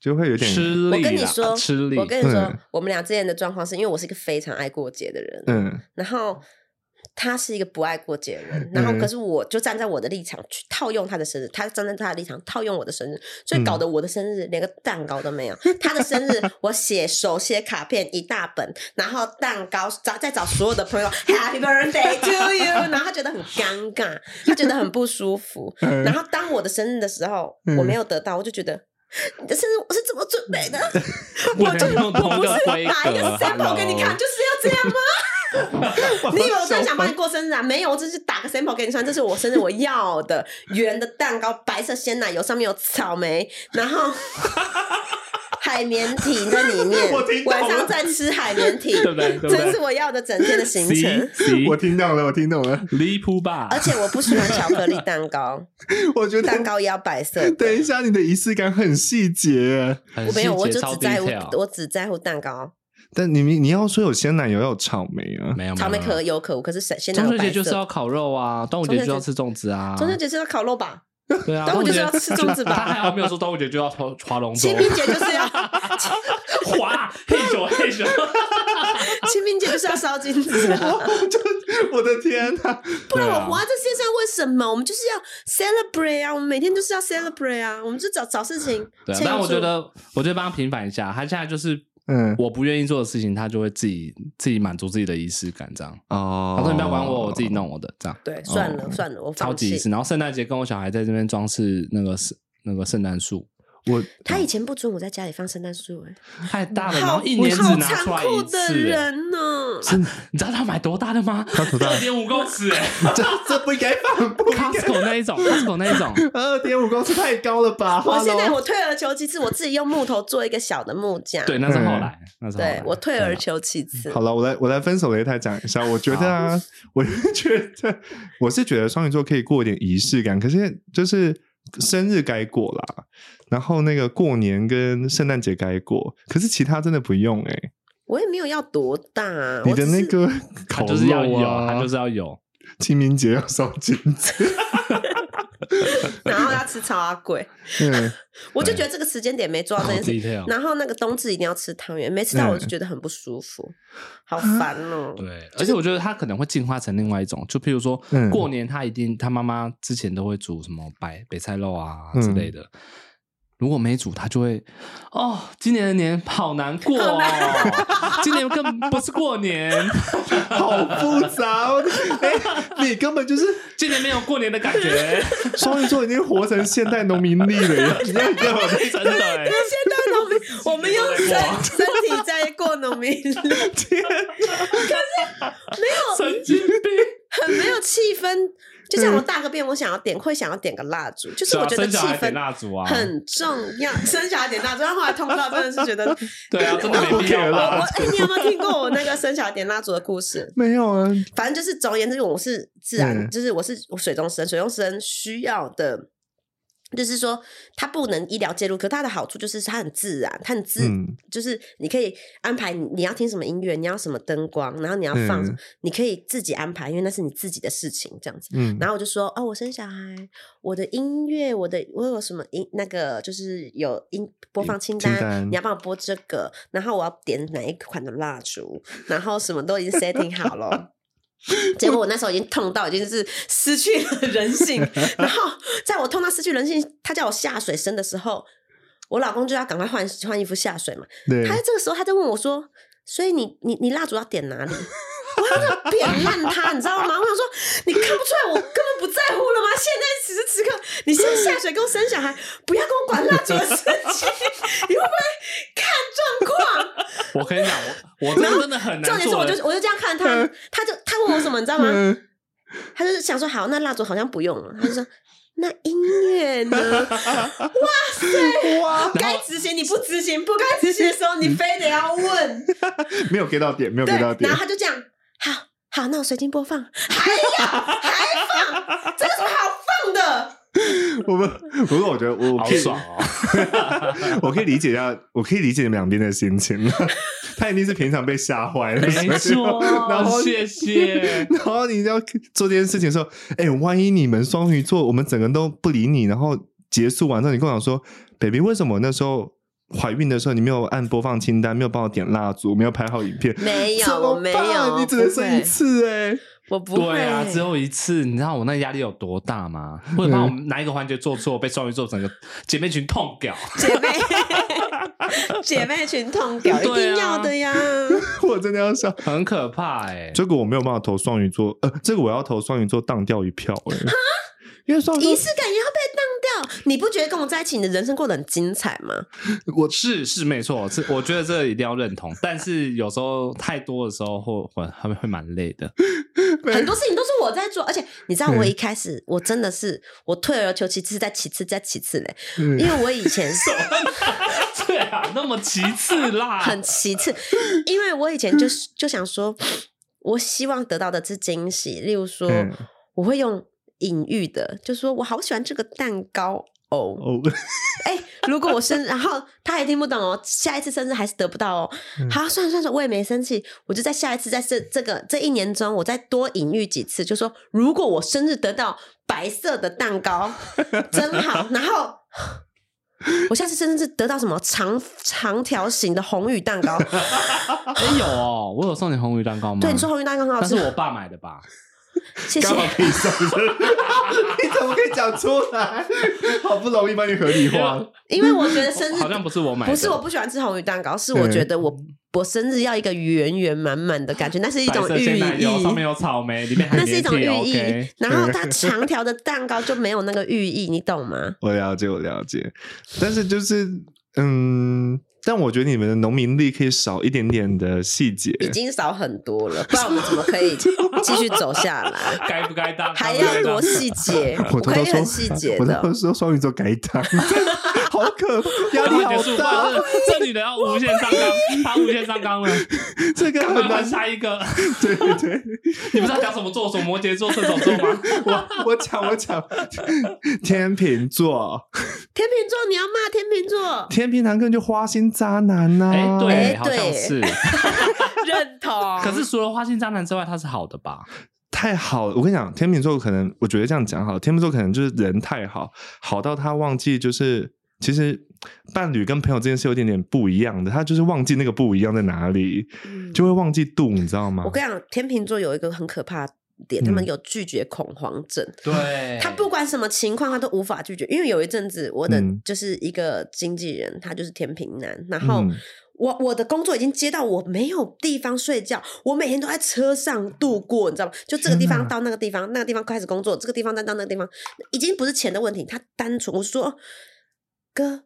A: 就会有点
C: 吃力
B: 我
C: 啦。
B: 跟你说，
C: 吃力。
B: 我跟你说
A: 嗯，
B: 我们俩之前的状况是因为我是一个非常爱过节的人，啊
A: 嗯
B: 然后他是一个不爱过节的人，然后
A: 嗯
B: 可是我就站在我的立场去套用他的生日，他站在他的立场套用我的生日，所以
A: 嗯
B: 搞得我的生日连个蛋糕都没有。他的生日我写手写卡片一大本，然后蛋糕找再找所有的朋友 Happy Birthday to you，然 (laughs) 后他觉得很尴尬，他觉得很不舒服。
A: (laughs) 嗯
B: 然后当我的生日的时候，我没有得到，我就觉得。你的生日我是怎么准备的？我就
C: 不能用同
B: 我不
C: 个
B: 是
C: 规
B: 拿一个
C: 格
B: sample 给你看，
C: hello
B: 就是要这样吗？你以为我真的想帮你过生日啊？没有，我只是打个 sample 给你穿，这是我生日我要
A: (laughs)
B: 的圆的蛋糕，白色鲜奶油，上面有草莓，然
A: (laughs)
B: 后海绵体在里面
A: 我听，到了
B: 晚上再吃海绵体，
C: (laughs) 对不对？对不
B: 真
C: 对
B: 是我要的整天的行程。
C: ？C
A: 我听懂了，我听懂
B: (laughs)
A: 了。
C: 离谱吧
B: 而？且我不喜欢巧克力蛋
C: (laughs)
B: 糕，
A: 我觉
B: 蛋
A: 得，
B: 糕也要白色的。
A: 等一下，你的仪式感很细节，
C: 很
B: 我没有，
C: 细
B: 我
C: 节
B: 就
C: 超
B: 只在乎
C: detail
B: 我只在乎蛋糕，
A: 但你你要说有鲜奶油，要有草莓啊，
C: 没有没有
B: 草莓
C: 没有
B: 可有可无，可是谁先拿
C: 嗯中
B: 有
C: 秋
B: 白
C: 节就是
B: 色
C: 要
B: 的？
C: 烤肉啊，端午节就要吃粽子啊，
B: 中秋节是要烤肉吧？
C: 对啊，
B: 端午节是要吃粽子吧
C: 他还好没有说端午节就要划划龙舟
B: 清，
C: (laughs)
B: 明节就是要 (laughs)
C: 划嘿咻嘿咻，
B: 清明节就是要烧金子啊。
A: (laughs)
C: (laughs)
A: 我的天哪、
B: 不然
C: 对
B: 我
C: 啊
B: 活在这世界上为什么？我们就是要 celebrate 啊，我们每天就是要 celebrate 啊，我们就找找事情。
C: 对啊，
B: 庆
C: 但我
B: 祝
C: 觉得，我觉得帮他平反一下，他现在就是
A: 嗯，
C: 我不愿意做的事情，他就会自己自己满足自己的仪式感，这样。
A: 哦
C: 他说你不要管我，我自己。弄我的，这样
B: 对，算了算了，我
C: 哦超
B: 放
C: 级仪
B: 弃
C: 式。。然后圣诞节跟我小孩在这边装饰那个圣那个圣诞树，
A: 我
B: 他以前不准我在家里放圣诞树，哎，
C: 太嗯大了，然
B: 好
C: 后一年只
B: 好
C: 拿出来
B: 残酷
C: 一
B: 的
C: 次。哎
B: 人哦呢。
C: 你知道他买多大的吗？他
A: 多大
C: 二点五公尺哎
A: 这 (laughs) 这不应该放，不
C: ，Costco 那一种，Costco 那一种。
A: (laughs) 二点五公尺太高了吧？
B: 我现在
A: Hello
B: 我退而求其次，我自己用木头做一个小的木架。
C: 对，那是后来，那是后
B: 对
C: 来。
B: 我退
C: 对
B: 而
C: 啊
B: 求其次
A: 好。了，我来我来分手擂台讲一下。我觉得啊， (laughs) 我是觉得我是觉得双鱼座可以过一点仪式感，可是就是生日该过啦，然后那个过年跟圣诞节该过，可是其他真的不用哎、
B: 我也没有要多大啊，
A: 你
B: 我
A: 的
B: 只
A: 那
B: 是
A: 个
C: (laughs) 他
A: 烤
C: 就是要
A: 肉
C: 有，
A: 啊，
C: 他就是要有。
A: 清明节要烧金
C: (laughs)
A: 子。
B: 然后要吃超阿贵，
A: 嗯，
B: 我就觉得这个时间点没做到这件事。
C: detail。
B: 然后那个冬至一定要吃汤圆，每次到我就觉得很不舒服，好烦哦、
C: 嗯对，而且我觉得他可能会进化成另外一种，就譬如说、
A: 嗯
C: 过年，他一定他妈妈之前都会煮什么白北菜肉啊之类的。如果没煮，他就会哦，今年的年好难过哦，今年更不是过年，
A: 好复杂哦！哎、你根本就是
C: 今年没有过年的感觉，
A: 双鱼座，已经活成现代农民力了。
C: (laughs)
A: 你要你要
C: 真的欸。
B: 现在农
C: (laughs)
B: 民，我们用身 (laughs) 身体在过农民历，
C: 神经病，
B: 很没有气氛。就像我大个便，我想要点，会想要点个蜡烛，就是
C: 是
B: 我
C: 啊，
B: 觉得
C: 生
B: 气
C: 小孩点
B: 氛
C: 蜡烛啊，
B: 很重要。 (laughs) 生小孩点蜡烛，然后后来通告真的是觉
C: (laughs)
B: 得，
C: 对啊，真的没必要
A: 不可
B: 我
C: 吧
A: 能？
B: 哎、你有没有听过我那个生小孩点蜡烛的故事？
A: 没有啊？
B: 反正就是总而言之，我是自然，
A: 嗯
B: 就是我是我水中生，水中生需要的就是说，它不能医疗介入，可它的好处就是它很自然，它很自，
A: 嗯
B: 就是你可以安排你你要听什么音乐，你要什么灯光，然后你要放什么，
A: 嗯
B: 你可以自己安排，因为那是你自己的事情，这样子。
A: 嗯，
B: 然后我就说，哦，我生小孩，我的音乐，我的我有什么音，那个就是有音播放清
A: 清
B: 单，
A: 单
B: 你要帮我播这个，然后我要点哪一款的蜡烛，然后什么都已经 setting
A: (laughs)
B: 好了。结果我那时候已经痛到已经是失去了人性，然后在我痛到失去人性，他叫我下水深的时候，我老公就要赶快换换衣服下水嘛。
A: 对
B: 他，在这个时候他在问我说：“所以你你你蜡烛要点哪里？” (laughs) 我要在扁烂他，你知道吗？我想说，你看不出来我根本不在乎了吗？现在此时此刻，你现在下水给我生小孩，不要跟我管蜡烛的事情， (laughs) 你会不会看状况？
C: 我跟你讲，我我这个真的
B: 重
C: 很难
B: 点是，
C: 做
B: 我
C: 人。
B: 就我就这样看他，他就他问我什么，你知道吗？
A: 嗯
B: 他就是想说，好，那蜡烛好像不用了，他就说。那音乐
A: (laughs)
B: 呢？
A: 哇，
B: 该执行你不执行，不该执行的时候你非得要问。
A: 没有 get 到点，没有
B: 对
A: get 到，点
B: 然后，他就这样，好好，那我随机播放，还要还放，这有什么好放的？
A: (laughs) 我们不过我觉得我我
C: 好
A: 可以
C: 爽哦！
A: (laughs) 我可以理解一下，我可以理解你们两边的心情。 (laughs) 他一定是平常被吓坏了，
C: 没
A: 然后
C: 错，谢谢。
A: 然后你要做这件事情的时候，哎、万一你们双鱼座，我们整个人都不理你，然后结束完之后，你跟我讲说，baby，为什么那时候怀孕的时候你没有按播放清单，没有帮我点蜡烛，没有拍好影片？
B: 没
A: 怎
B: 有，
A: 么
B: 我没
A: 办
B: 有，
A: 你只能
B: 不
A: 生一
B: 会，
A: 次哎、
B: 我不会
C: 对啊，只有一次，你知道我那压力有多大吗？会把我们哪一个环节做错，被双鱼座整个姐妹群痛掉。
B: (laughs) 姐妹姐妹群
C: (laughs)
B: 痛掉，一
C: 对啊
B: 定要
A: (laughs)
B: 的呀。
A: 我真的要笑。
C: 很可怕哎、
A: 这个我没有办法投双鱼座，呃，这个我要投双鱼座当掉一票哎、因为双鱼
B: 仪
A: 座
B: 式感也要被当掉，你不觉得跟我在一起，你的人生过得很精彩吗？
C: 我是是没错，是我觉得这一定要认同，但是有时候太多的时候会会会会蛮累的。
B: 很多事情都是我在做，而且你知道，
A: 嗯
B: 我一开始我真的是我退而求其次，再其次，再其次嘞，
A: (laughs) 嗯
B: 因为我以前是。
C: 对啊，那么其次啦，
B: 很其次，因为我以前就是就想说，我希望得到的是惊喜，例如说，
A: 嗯
B: 我会用隐喻的，就说我好喜欢这个蛋糕哦，
A: 哦，
B: 哎、如果我生，然后他也听不懂哦，下一次生日还是得不到哦，好，算了算了，我也没生气，我就在下一次，在这这个这一年中，我再多隐喻几次，就说如果我生日得到白色的蛋糕，真好，然后。 (laughs) 我下次甚至得到什么长长条形的红玉蛋糕，
C: 哎、有哦，我有送你红鱼蛋糕吗？
B: 对，你说红玉蛋糕很好
C: 那
B: 吃
C: 是，我爸买的吧？
B: 谢谢
A: 刚。好可以上升， (laughs) 你怎么可以讲出来？好不容易把你合理
B: (laughs)
A: 化，
B: 因为我觉得生日
C: 好像不是我买的，
B: 不是我不喜欢吃红鱼蛋糕，是我觉得我我生日要一个圆圆满满的感觉，那是一
C: 白
B: 种
C: 色
B: 寓
C: 鲜奶油，上面
B: 意。
C: 有草莓，里面还
B: 那是一
C: 黏
B: 种寓
C: 贴
B: 意
C: OK，
B: 然后它长条的蛋糕就没有那个寓意，你懂吗？
A: 我了解，我了解，但是就是，嗯，但我觉得你们的农民力可以少一点点的细节。
B: 已经少很多了，不然我们怎么可以继续走下来？
C: 该不该当？
B: 还
C: 该不 (laughs)
B: 要
C: 该当
B: 多细节，
A: 我偷
B: 可
A: 偷
B: 以很
A: 说
B: 细节
A: 我
B: 的
A: 偷。偷说双鱼座改档，好可怕，压力
C: 赶快结
A: 好
C: 束，吧！
A: 大，
B: (laughs)
C: 这这女的要无限上纲，她无限上纲了，
A: 这个
C: 赶
A: 很
C: 快
A: 难
C: 换。下一个。
A: 对对对，
C: 你不知道讲什么座？什么摩羯座、射手座吗？
A: 我我讲我讲，天秤座，，
B: 天秤座，你要骂天秤座
A: 天秤男根本就花心渣男呐、
C: 哎、对，
B: 哎
C: 好像
B: 对
C: 是。
B: 认同。
C: 可是除了花心渣男之外，他是好的吧？
A: 太好了！我跟你讲，天秤座可能，我觉得这样讲好了，天秤座可能就是人太好，好到他忘记就是。其实伴侣跟朋友之间是有点点不一样的，他就是忘记那个不一样在哪里，
B: 嗯
A: 就会忘记度，你知道吗
B: 我？跟你讲，天秤座有一个很可怕的点，他
A: 嗯
B: 们有拒绝恐慌症。
C: 对
A: 哎
B: 他不管什么情况，他都无法拒绝。因为有一阵子，我的
A: 嗯
B: 就是一个经纪人，他就是天平男，然后
A: 嗯
B: 我我的工作已经接到我没有地方睡觉，我每天都在车上度过，你知道吗？就这个地
A: 天
B: 方
A: 哪
B: 到那个地方，那个地方开始工作，这个地方再到那个地方，已经不是钱的问题，他单纯我是说，哦哥，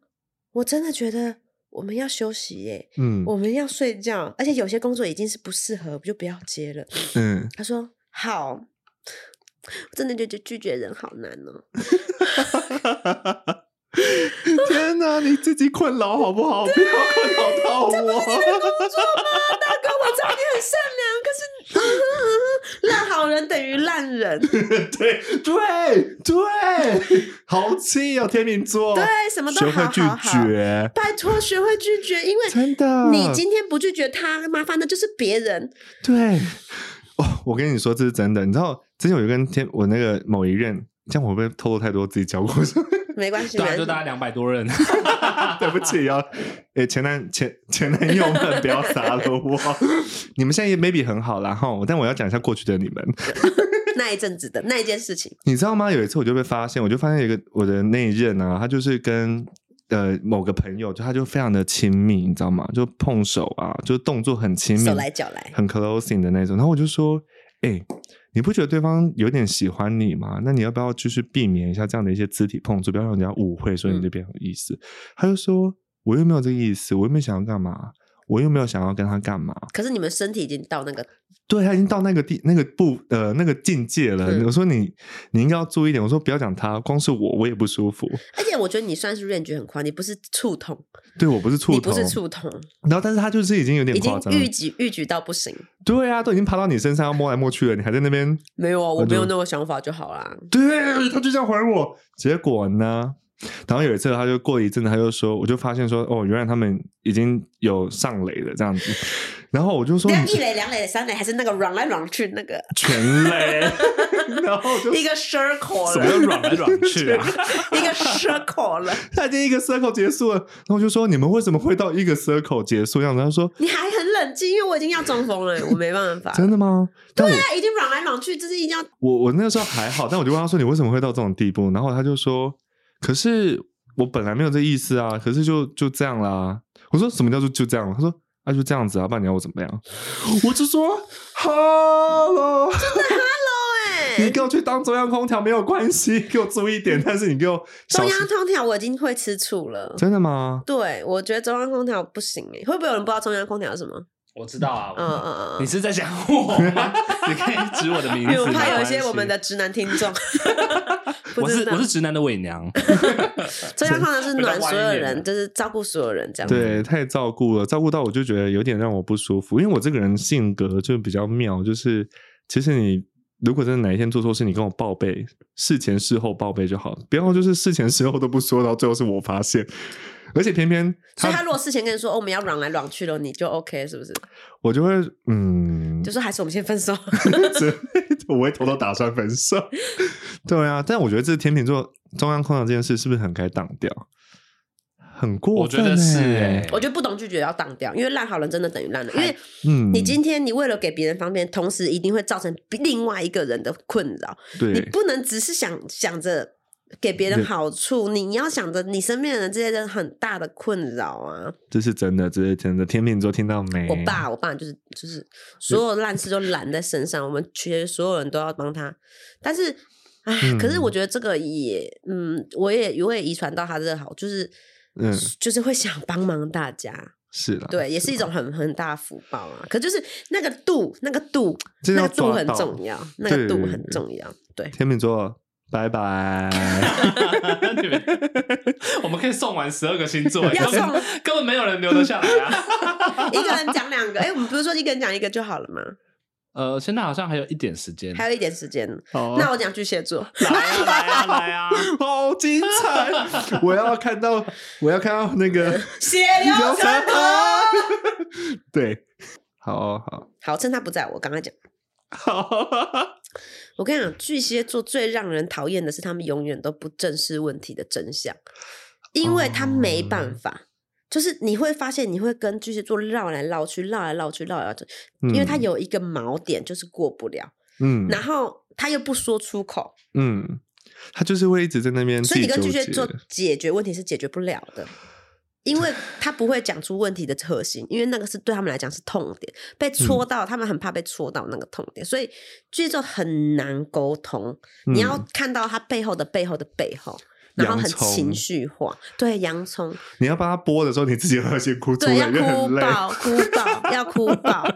B: 我真的觉得我们要休息耶，
A: 嗯
B: 我们要睡觉，而且有些工作已经是不适合，就不要接了。
A: 嗯，
B: (laughs) 他说好，我真的觉得拒绝人好难哦。
A: 天哪，你自己困扰好不好？不要困扰到我。 (laughs)
B: 大哥，我知道你很善良，可是烂好人等于烂人。
A: 对对对，好气哦，天秤座，
B: 对什么都
A: 学会
B: 好
A: 拒
B: 好好
A: 绝，
B: 拜托学会拒绝，因为
A: 真的，
B: 你今天不拒绝他，麻烦的就是别人。
A: 对，哦，我跟你说这是真的，你知道之前我就跟天我那个某一任，这样我会不会透露太多自己教过？
B: 没关系，
C: 对
B: 没关
C: 啊，就
B: 系
C: 大概两百多
A: (laughs)
C: 人，(laughs)
A: 对不起哦，诶、前男前前男友们不要杀了我， (laughs) 你们现在也 maybe 很好啦哈，但我要讲一下过去的你们，
B: 那一阵子的那一件事情，
A: 你知道吗？有一次我就被发现，我就发现有一个我的那一任啊，他就是跟呃某个朋友，就他就非常的亲密，你知道吗？就碰手啊，就动作很亲密，
B: 手来脚来，
A: 很 closing 的那种。然后我就说，哎、你不觉得对方有点喜欢你吗？那你要不要就是避免一下这样的一些肢体碰触，不要让人家误会说你
B: 嗯
A: 这边有意思？他就说，我又没有这个意思，我又没想要干嘛。我又没有想要跟他干嘛，
B: 可是你们身体已经到那个，
A: 对他已经到那个地、那个步、呃、那个境界了。
B: 嗯
A: 我说你，你应该要注意一点。我说不要讲他，光是我我也不舒服。
B: 而且我觉得你算是 range 很宽，你不是触痛，
A: 对我不是触
B: 你
A: 痛，
B: 不是触痛，
A: 然后但是他就是已经有点
B: 已经
A: 夸张了，
B: 预举预举到不行。
A: 对啊，都已经爬到你身上要摸来摸去了，你还在那边
B: 没有啊，我
A: 那就
B: 没有那个想法就好啦。
A: 对，他就这样还我。结果呢，然后有一次他就过了一阵子，他就说，我就发现说，哦，原来他们已经有上垒了这样子。然后我就说
B: 等一
A: 你
B: 下一垒、两垒、三垒，还是那个软来软去那个
A: 全垒，然后我
B: (laughs)
A: 就
B: 一个 circle
C: 什么叫
B: 了，
C: 软来软去啊？
B: 一个 circle 了，
A: 他已经一个 circle 结束了，然后我就说你们为什么会到一个 circle 结束这样子？他说
B: 你还很冷静，因为我已经要中风了，我没办法。
A: 真的吗？但我
B: 他已经软来软去，就是一定要
A: 我我那时候还好，但我就问他说你为什么会到这种地步？然后他就说，可是我本来没有这意思啊，可是就就这样啦。我说什么叫做就这样？他说啊就这样子啊，不然你要我怎么样？我就说 hello，你
B: 对。
A: 给我去当中央空调没有关系，给我注意一点，但是你给我小
B: 中央空调我已经会吃醋了。
A: 真的吗？
B: 对，我觉得中央空调不行诶，会不会有人不知道中央空调是什么？
C: (laughs) 我知道啊，
B: 嗯嗯
C: 你
B: 嗯
C: 是在讲我吗？ (laughs) 你可以指我的名
B: 嗯，因 (laughs)
C: 字，
B: 为我怕
C: 没
B: 有一
C: 关
B: 些我们
C: 系
B: 的直男听众，不
C: 我
B: 知
C: 是
B: 道
C: 我是直男的伪
B: (laughs)
C: 娘， (laughs)
B: 中央空调是暖所有
C: 比较歪一
B: 人，
C: 点
B: 就是照顾所有人这样子。
A: 对，太照顾了，照顾到我就觉得有点让我不舒服，因为我这个人性格就比较妙，就是其实你如果真的哪一天做错事，你跟我报备，事前事后报备就好，不要就是事前事后都不说，到最后是我发现，而且偏偏他
B: 所以他如果事前跟你说、哦、我们要软来软去了，你就 OK 是不是？
A: 我就会嗯 (laughs)
B: 就，说还是我们先分手。
A: 之类的我会偷偷打算分手。对啊，但我觉得这天秤座中央空调这件事是不是很该挡掉？很过
C: 我觉
A: 分欸、
C: 得是哎，
B: 我觉得不懂拒绝要当掉，因为烂好人真的等于烂了，因为
A: 嗯，
B: 你今天你为了给别人方便，同时一定会造成另外一个人的困扰。你
A: 对
B: 不能只是想想着给别人
A: 对
B: 好处，你要想着你身边的人这些人很大的困扰啊。
A: 这是真的，这是真的。天秤座听到没？
B: 我爸，我爸就是就是所有烂事都揽在身上，我们全所有人都要帮他，但是。唉，可是
A: 嗯
B: 我觉得这个也，嗯，我也我也遗传到他这个好，就是，
A: 嗯
B: 就是会想帮忙大家，
A: 是啦，
B: 对，也是一种很很大的福报啊。可就是那个度，那个度，
A: 这
B: 那
A: 要
B: 个度
A: 抓
B: 很
A: 到
B: 重要，那个度
A: 对
B: 很重要，
A: (laughs)
B: 对。
A: 天秤座，拜拜。
B: (laughs)
C: 你们 (laughs) 我们可以送完十二个星座，
B: 要
C: 根本
B: 送
C: (laughs) 根本没有人留得下来啊。
B: 一个人讲两个，哎、我们不是说一个人讲一个就好了吗？
C: 呃，现在好像还有一点时间，
B: 还有一点时间，
A: 好
B: 那我讲巨
A: (laughs)
B: 蟹座，
C: 来啊来啊来啊！
A: 好精彩！
B: (laughs)
A: 我要看到，我要看到那个
B: 血
A: 流
B: 流成
A: 成
B: 河。
A: 河。对，好哦
B: (laughs) 好，趁他不在我刚才讲，
A: 好好，
B: 我跟你讲，巨蟹座最让人讨厌的是他们永远都不正视问题的真相，因为他
A: 哦
B: 没办法。就是你会发现，你会跟巨蟹座绕来绕去，绕来绕去，绕来绕去，因为他有一个锚点，就是过不了，
A: 嗯
B: 然后他又不说出口，
A: 嗯，他就是会一直在那边自
B: 所
A: 己
B: 以你
A: 纠结，
B: 跟巨蟹座解决问题是解决不了的，因为他不会讲出问题的核心，因为那个是对他们来讲是痛点，
A: 嗯
B: 被戳到，他们很怕被戳到那个痛点，所以巨蟹座很难沟通。
A: 嗯
B: 你要看到他背后的背后的背后。然后很
A: 洋葱
B: 情绪化，对洋葱，
A: 你要帮他播的时候，你自己核心哭出
B: 对要
A: 来就
B: 哭
A: 很累。 (laughs)
B: 爆，哭爆，要哭爆，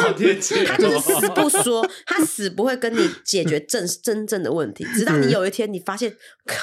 C: 好贴切哦，
B: 他就是死不说，他死不会跟你解决正 (laughs) 真正的问题，直
C: 嗯
B: 到你有一天你发现，靠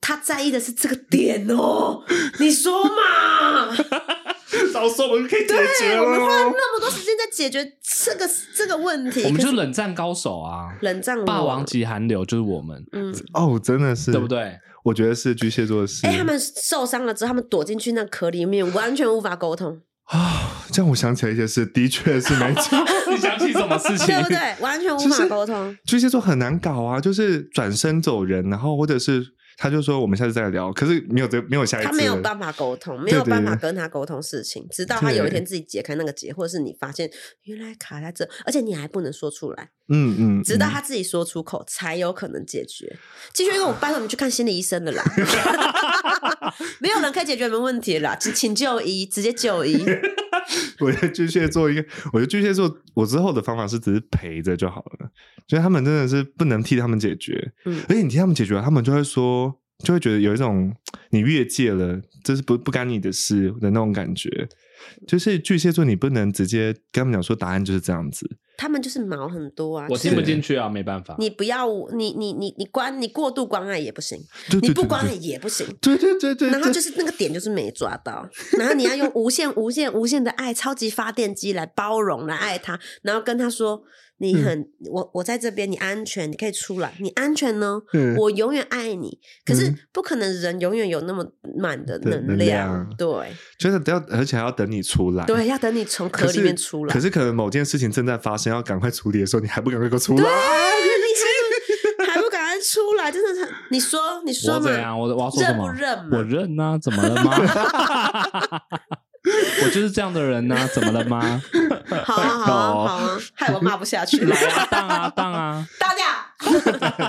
B: 他在意的是这个点哦，你说嘛？ (laughs)
A: 早说我们就可以解决
B: 对，我们花
A: 了。
B: 那么多时间在解决这个这个问题，
C: 我们
B: 可
C: 就是冷战高手
B: (laughs)
C: 啊，
B: 冷战
C: 霸
B: 我
C: 王，级寒流就是我们，
B: 嗯，
A: 哦，真的是，
C: 对不？对？ (laughs)
A: 我觉得是巨蟹座的事。
B: 哎、他们受伤了之后，他们躲进去那壳里面，完全无法沟
C: (laughs)
B: 通，
A: 啊，这样我想起来一些事，的确是
B: (laughs)
A: 没错。
C: 你想起什么事情
B: 对？不对？完全无
A: 就
B: 法
A: 是
B: 沟通。
A: 巨蟹座很难搞啊，就是转身走人，然后或者是他就说我们下次再聊，可是没有这没有下一次了，
B: 他没有办法沟通，没
A: 对
B: 有办法
A: 对
B: 跟他沟通事情，直到他
A: 对
B: 有一天自己解开那个结，或者是你发现原来卡在这，而且你还不能说出来，
A: 嗯，嗯嗯，
B: 直到他自己说出口才有可能解决。继续跟我拜托你去看心理医生
A: (laughs)
B: 了啦，没有人可以解决你们问题啦，请请就医，直接就
A: (laughs)
B: 医。
A: 我觉得巨蟹座应该，我觉得巨蟹座我之后的方法是只是陪着就好了，就是他们真的是不能替他们解决，
B: 嗯
A: 而且你替他们解决，他们就会说，就会觉得有一种你越界了，这是不不干你的事的那种感觉。就是巨蟹座，你不能直接跟他们讲说答案就是这样子，
B: 他们就是毛很多啊，
C: 我
B: 就是
C: 听不进去啊，没办法。
B: 你不要你你你你关你过度关爱也不行，
A: (laughs) 对
B: 你
A: 对
B: 不
A: 对
B: 关爱也不行。
A: 对对对对，
B: 然后
A: 对 (laughs)
B: 就是那个点就是没抓到，然后你要用无限、无限、无限的爱，超级发电机来包容、来爱他，然后跟他说：“你
A: 嗯
B: 很，我我在这边，你安全，你可以出来，你安全呢，
A: 嗯
B: 我永远爱你。”可是
A: 嗯
B: 不可能人永远有那么满的
A: 的
B: 能
A: 能
B: 量
A: 量，
B: 对
A: 就是得要，而且还要等你出来，
B: 对，要等你从壳
A: 可
B: 里
A: 是
B: 面出来
A: 可。是可能某件事情正在发生，要赶快处理的时候，你还不赶快给我出来？
B: 你还不还不赶快出来，真的是，你说你说
C: 我怎
B: 嘛
C: 样？，我我要说什
B: 认
C: 么
B: 不？认
C: 我
B: 嘛？
C: 认呐、怎么了吗？ (laughs) 我就是这样的人呐、啊怎么了吗？
B: 好啊
A: (laughs)
B: 好
A: 哦
B: 啊好啊，害我骂不下去了，
C: 来啊，当啊当啊！
B: 大家。啊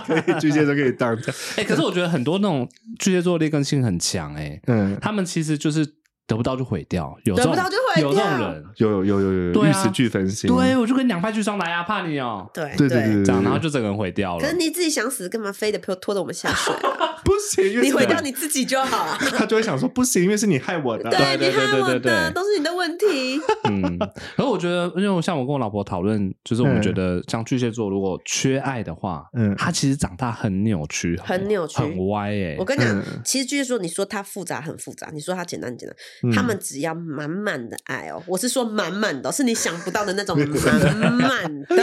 A: 可以巨蟹座可以当，
C: 哎、可是我觉得很多那种巨蟹座劣根性很强哎、
A: 嗯，
C: 他们其实就是得不到就毁掉，有
B: 得
C: 这
B: 不
C: 种
B: 到就毁
C: 有这种
B: 掉
C: 人，
A: 有有有有有
C: 对
A: 玉
C: 啊
A: 石俱焚型，
C: 对我就跟你两败俱伤来啊，怕你哦、
B: 对
A: 对对对，
C: 这样然后就整个人毁掉了
B: 可是。你自己想死，干嘛非得拖拖着我们下 (laughs) 水啊、
A: 不行，因为
B: 你
A: 是
B: 毁掉，你自己就好 (laughs) 了。
A: (laughs) 他就会想说不行，因为是你害我的，
C: 对对
B: 你害我
C: 对对
B: 的，
C: 对
B: 都是你的问题。
C: 嗯， (laughs) 可是我觉得，因为我像我跟我老婆讨论，就是我们
A: 嗯
C: 觉得像巨蟹座如果缺爱的话，
A: 嗯
C: 他其实长大很扭曲，
B: (laughs) 很扭曲
C: 很歪哎、
B: 我跟你讲，
A: 嗯
B: 其实就是说，你说它复杂很复杂，你说它简单很简单，
A: 嗯
B: 他们只要满满的爱哦，我是说满满的哦，是你想不到的那 (laughs) 种满满的，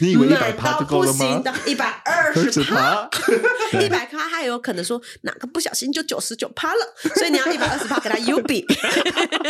A: 你以为一百
B: 满
A: 趴
B: 到
A: 就够
B: 不
A: 了
B: 行
A: 吗？
B: 的，一百二十
A: 20
B: 趴
A: 趴，
B: 一百趴还有可能说哪个不小心就九十九趴了，所以你要一百二十趴给他 U 比， (laughs)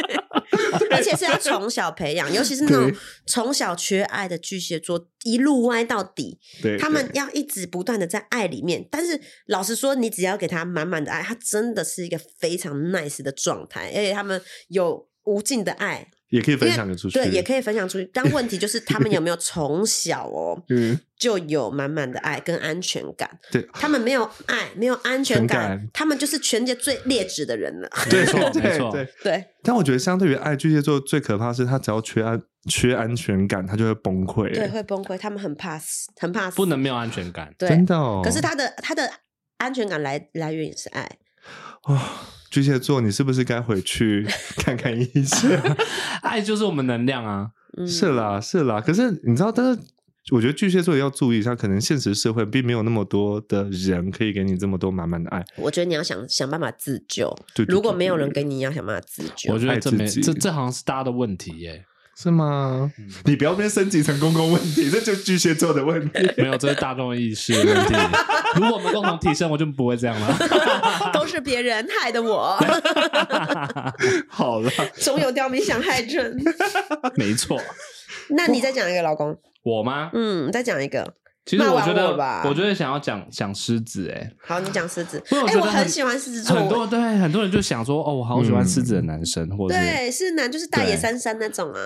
B: 而且是要从小培养，尤其是那种
A: 对
B: 从小缺爱的巨蟹座，一路歪到底，
A: 对，
B: 他们要一直不断的在爱里面，但是老实说，你只要给他满满的爱，他真的是一个非常 nice 的状态，而且他们有无尽的爱，
A: 也可以
B: 因
A: 分
B: 为
A: 享给出去，
B: 对，也可以分享出去。但问题就是他们有没有从小哦
A: (laughs) 嗯，
B: 就有满满的爱跟安全感？
A: 对
B: 他们没有爱，没有安全感，
A: 全感
B: 他们就是全世界最劣质的人了。
A: (laughs)
C: 没
A: 对
C: 错没
A: 对
C: 错
A: 对。
B: 对，
A: 但我觉得相对于爱，巨蟹座最可怕是他只要缺安缺安全感，他就会崩溃，
B: 对，会崩溃，他们很怕死，很怕死，
C: 不能没有安全感。
B: 对。
A: 真的哦。
B: 可是他的他的安全感来来源也是爱，
A: 啊，巨蟹座，你是不是该回
B: (laughs)
A: 去看看医生？
C: 爱就是我们能量啊，
B: 嗯，
A: 是啦，是啦。可是你知道，但是我觉得巨蟹座也要注意一下，可能现实社会并没有那么多的人可以给你这么多满满的爱。
B: 我觉得你要想想办法自救。
A: 对对
B: 如果
A: 对
B: 没有
A: 对
B: 人给你，你要想办法自救。
C: 我觉得这没
A: 爱自己
C: 这这好像是大家的问题耶、
A: 是吗？
B: 嗯
A: 你不要被升级成公共问题，这就是巨蟹座的问题。
C: 没有，这是大众意识
A: (laughs)
C: 的问题。如果我们共同提升，我就不会这样了。
B: (laughs) 都是别人害
A: (laughs)
B: 的我，
A: 好了，
B: 总有刁民想害朕。
C: (laughs)
A: (laughs)
C: 没错，
B: 那你再讲一个老公，
C: 我吗？
B: 嗯，再讲一个。
C: 其实我
B: 骂
C: 觉得
B: 完我吧，
C: 我觉得想要讲讲狮子、欸，
B: 好，你讲狮子。
C: 因为我
B: 哎、
C: 觉得
B: 我
C: 很
B: 很喜欢狮子座。嗯
C: 很多对很多人就想说，哦，我好喜欢狮子的男生，或者是
B: 对，是男就是大野
C: 对
B: 三山那种啊，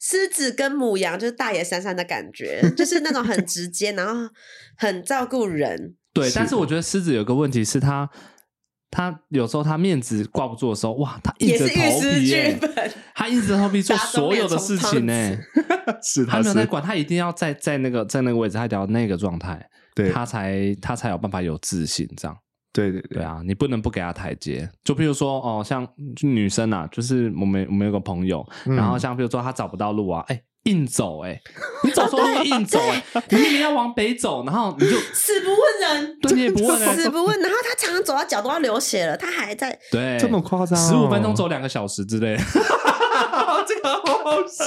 B: 狮子跟母羊就是大野三山的感觉，就是那种很直接，然后很照顾人。
C: 对，
A: 是
C: 但是我觉得狮子有个问题是他，他有时候他面子挂不住的时候，哇，他硬
B: 也
C: 着
B: 是玉
C: 头
B: 石
C: 皮耶、
B: 俱焚，
C: 他硬着头皮做
B: 打肿
C: 所有的
B: 脸充
C: 事情呢、
B: 胖
A: 是
C: 他
A: 他
C: 没有
A: 是
C: 在管，他一定要在在那个在那个位置，他一定要那个状态，
A: 对
C: 他才他才有办法有自信。这样
A: 对对
C: 对
A: 对，
C: 啊，你不能不给他台阶。就比如说哦，像就女生啊，就是我们我们有个朋友，
A: 嗯
C: 然后像比如说她找不到路啊，哎、硬走
A: (laughs)
C: 哎、你走错路硬走、哎，你明明要往北走，然后你就
B: (laughs) 死不问人。
C: 对你也不问、哎
B: 死不问，然后他常常刚走到脚都要流血了，他还在
C: 对，
A: 这么夸张哦
C: 十五分钟走两个小时之类 (laughs) 的，
A: 这个好好笑，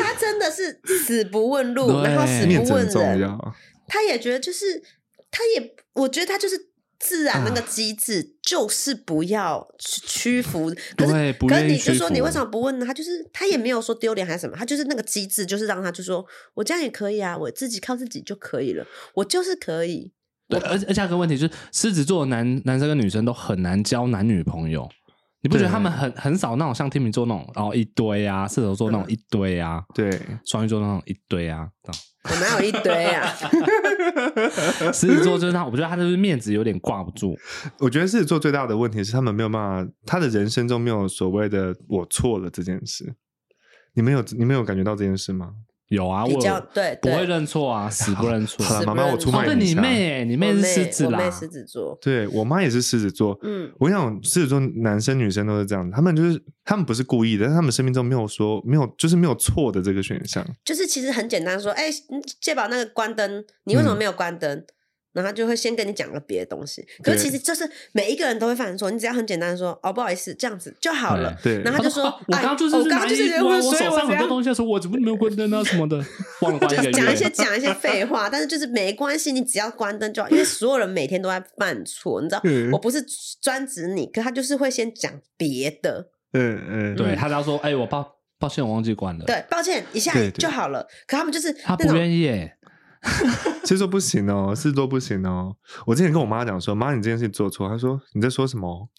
B: 他真的是死不问路，
C: 对
B: 然后死
A: 面
B: 不
A: 子
B: 问
A: 很重
B: 人。
A: 要。
B: 他也觉得就是，他也我觉得他就是自然那
C: 嗯
B: 个机制，就是不要屈屈服。可是
C: 对不
B: 可是
C: 愿意
B: 你就
C: 屈
B: 说你
C: 服
B: 为什么不问呢？他就是他也没有说丢脸还是什么，他就是那个机制，就是让他就说我这样也可以啊，我自己靠自己就可以了，我就是可以。
C: 对，而且而且还有个问题就是，狮子座的男男生跟女生都很难交男女朋友，你不觉得
A: 对
C: 他们很很少那种像天秤座那种，然、后一堆啊，射手座那种一堆啊，
A: 对，
C: 双鱼座那种一堆啊，这样
B: 我哪有一堆
C: (laughs)
B: 啊？
A: (laughs)
C: 狮子座就是他，我觉得他就是面子有点挂不住，
A: 我觉得狮子座最大的问题是他们没有办法，他的人生中没有所谓的“我错了”这件事。你们有你们有感觉到这件事吗？
C: 有啊，我
B: 比较
C: 有
B: 对
C: 不会
B: 对，
C: 认错啊，死不认错。
A: 好了，
B: 是
A: 妈妈，
B: 不
A: 我
B: 认
A: 出
B: 错
C: 哦，
A: 卖
C: 对
A: 你一
C: 你
A: 下。
C: 妹，你
B: 我
C: 妹是狮子
B: 我
C: 啦
B: 妹，狮子座，
A: 对我妈也是狮子座，
B: 嗯，
A: 我想狮子座男生女生都是这样，他们就是他们不是故意的，但他们生命中没有说没有就是没有错的这个选项。
B: 就是其实很简单说，哎、嗯借宝那个关灯，你为什么
A: 嗯
B: 没有关灯？然后他就会先跟你讲个别的东西，可
A: 对
B: 是其实就是每一个人都会犯错，你只要很简单地说哦，不好意思，这样子就好了。
A: 对，
B: 然后他就说
C: 啊我
B: 哎
C: 刚刚就是
B: 我刚刚就是
C: 拿
B: 结
C: 我
B: 婚所
C: 我
B: 以
C: 手
B: 我这
C: 上很多
B: 样
C: 东西的时候，我怎么没有关灯啊什
B: (laughs)
C: 么的，忘了关一个
B: 就
C: 月。
B: 讲一些讲一些废话，但是就是没关系，你只要关灯就好，因为所有人每天都在犯错，你知道，
A: 嗯
B: 我不是专指你，可他就是会先讲别的，
A: 嗯嗯，
C: 对
B: 嗯
C: 他只要说，哎，我抱抱歉，我忘记关了。
B: 对，抱歉一下
A: 对对
B: 就好了，可他们就是
C: 他
B: 那
C: 不
B: 种
C: 愿意欸，
A: 狮子座不行哦，狮子座不行哦。我之前跟我妈讲说，妈，你这件事情做错，她说你在说什么？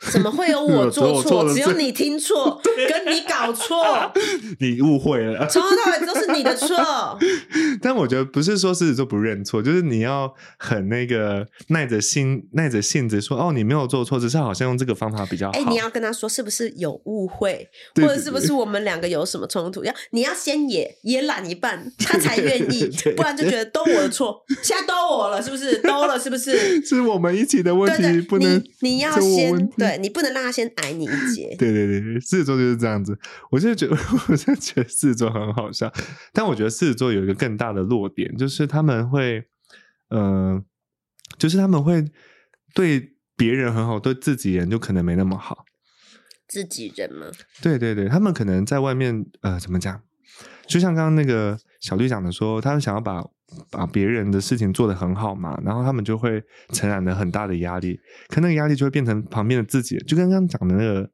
A: (laughs)
B: 怎么会有
A: 我
B: 我
A: 做
B: 做
A: 错
B: 错，
A: 了
B: 只有
A: 这
B: 你
A: (laughs)
B: 听错，跟你搞错，
A: 你误会了。
B: 从头到尾都是你
A: (laughs)
B: 的错。
A: 但我觉得不是说狮子座不认错，就是你要很那个耐着心、耐着性子说，哦，你没有做错，只是好像用这个方法比较好。
B: 哎、你要跟他说是不是有误会，
A: 对
B: 或者
A: 对
B: 是不
A: 对
B: 是我们两个有什么冲突？要你要先也也懒一半，他才愿意
A: (laughs) 对，
B: 不然就觉得都我的错，现在都我了，是不是？都了，是不是？
A: 是我们一起的 (laughs) 问
B: 对
A: 题，
B: 对，
A: 不能
B: 你你要
A: 是我
B: 先
A: 问题
B: 对你不能让他先矮你一截。
A: 对对对，对狮子座就是这样子。我就觉得， (laughs) 我就觉得狮子座很好笑，但我觉得狮子座有一个更大的弱点，就是他们会，呃，就是他们会对别人很好，对自己人就可能没那么好。
B: 自己人嘛，
A: 对对对，他们可能在外面，呃，怎么讲？就像刚刚那个小绿讲的说，他们想要把把别人的事情做得很好嘛，然后他们就会承染了很大的压力，可那个压力就会变成旁边的自己，就跟刚刚讲的那个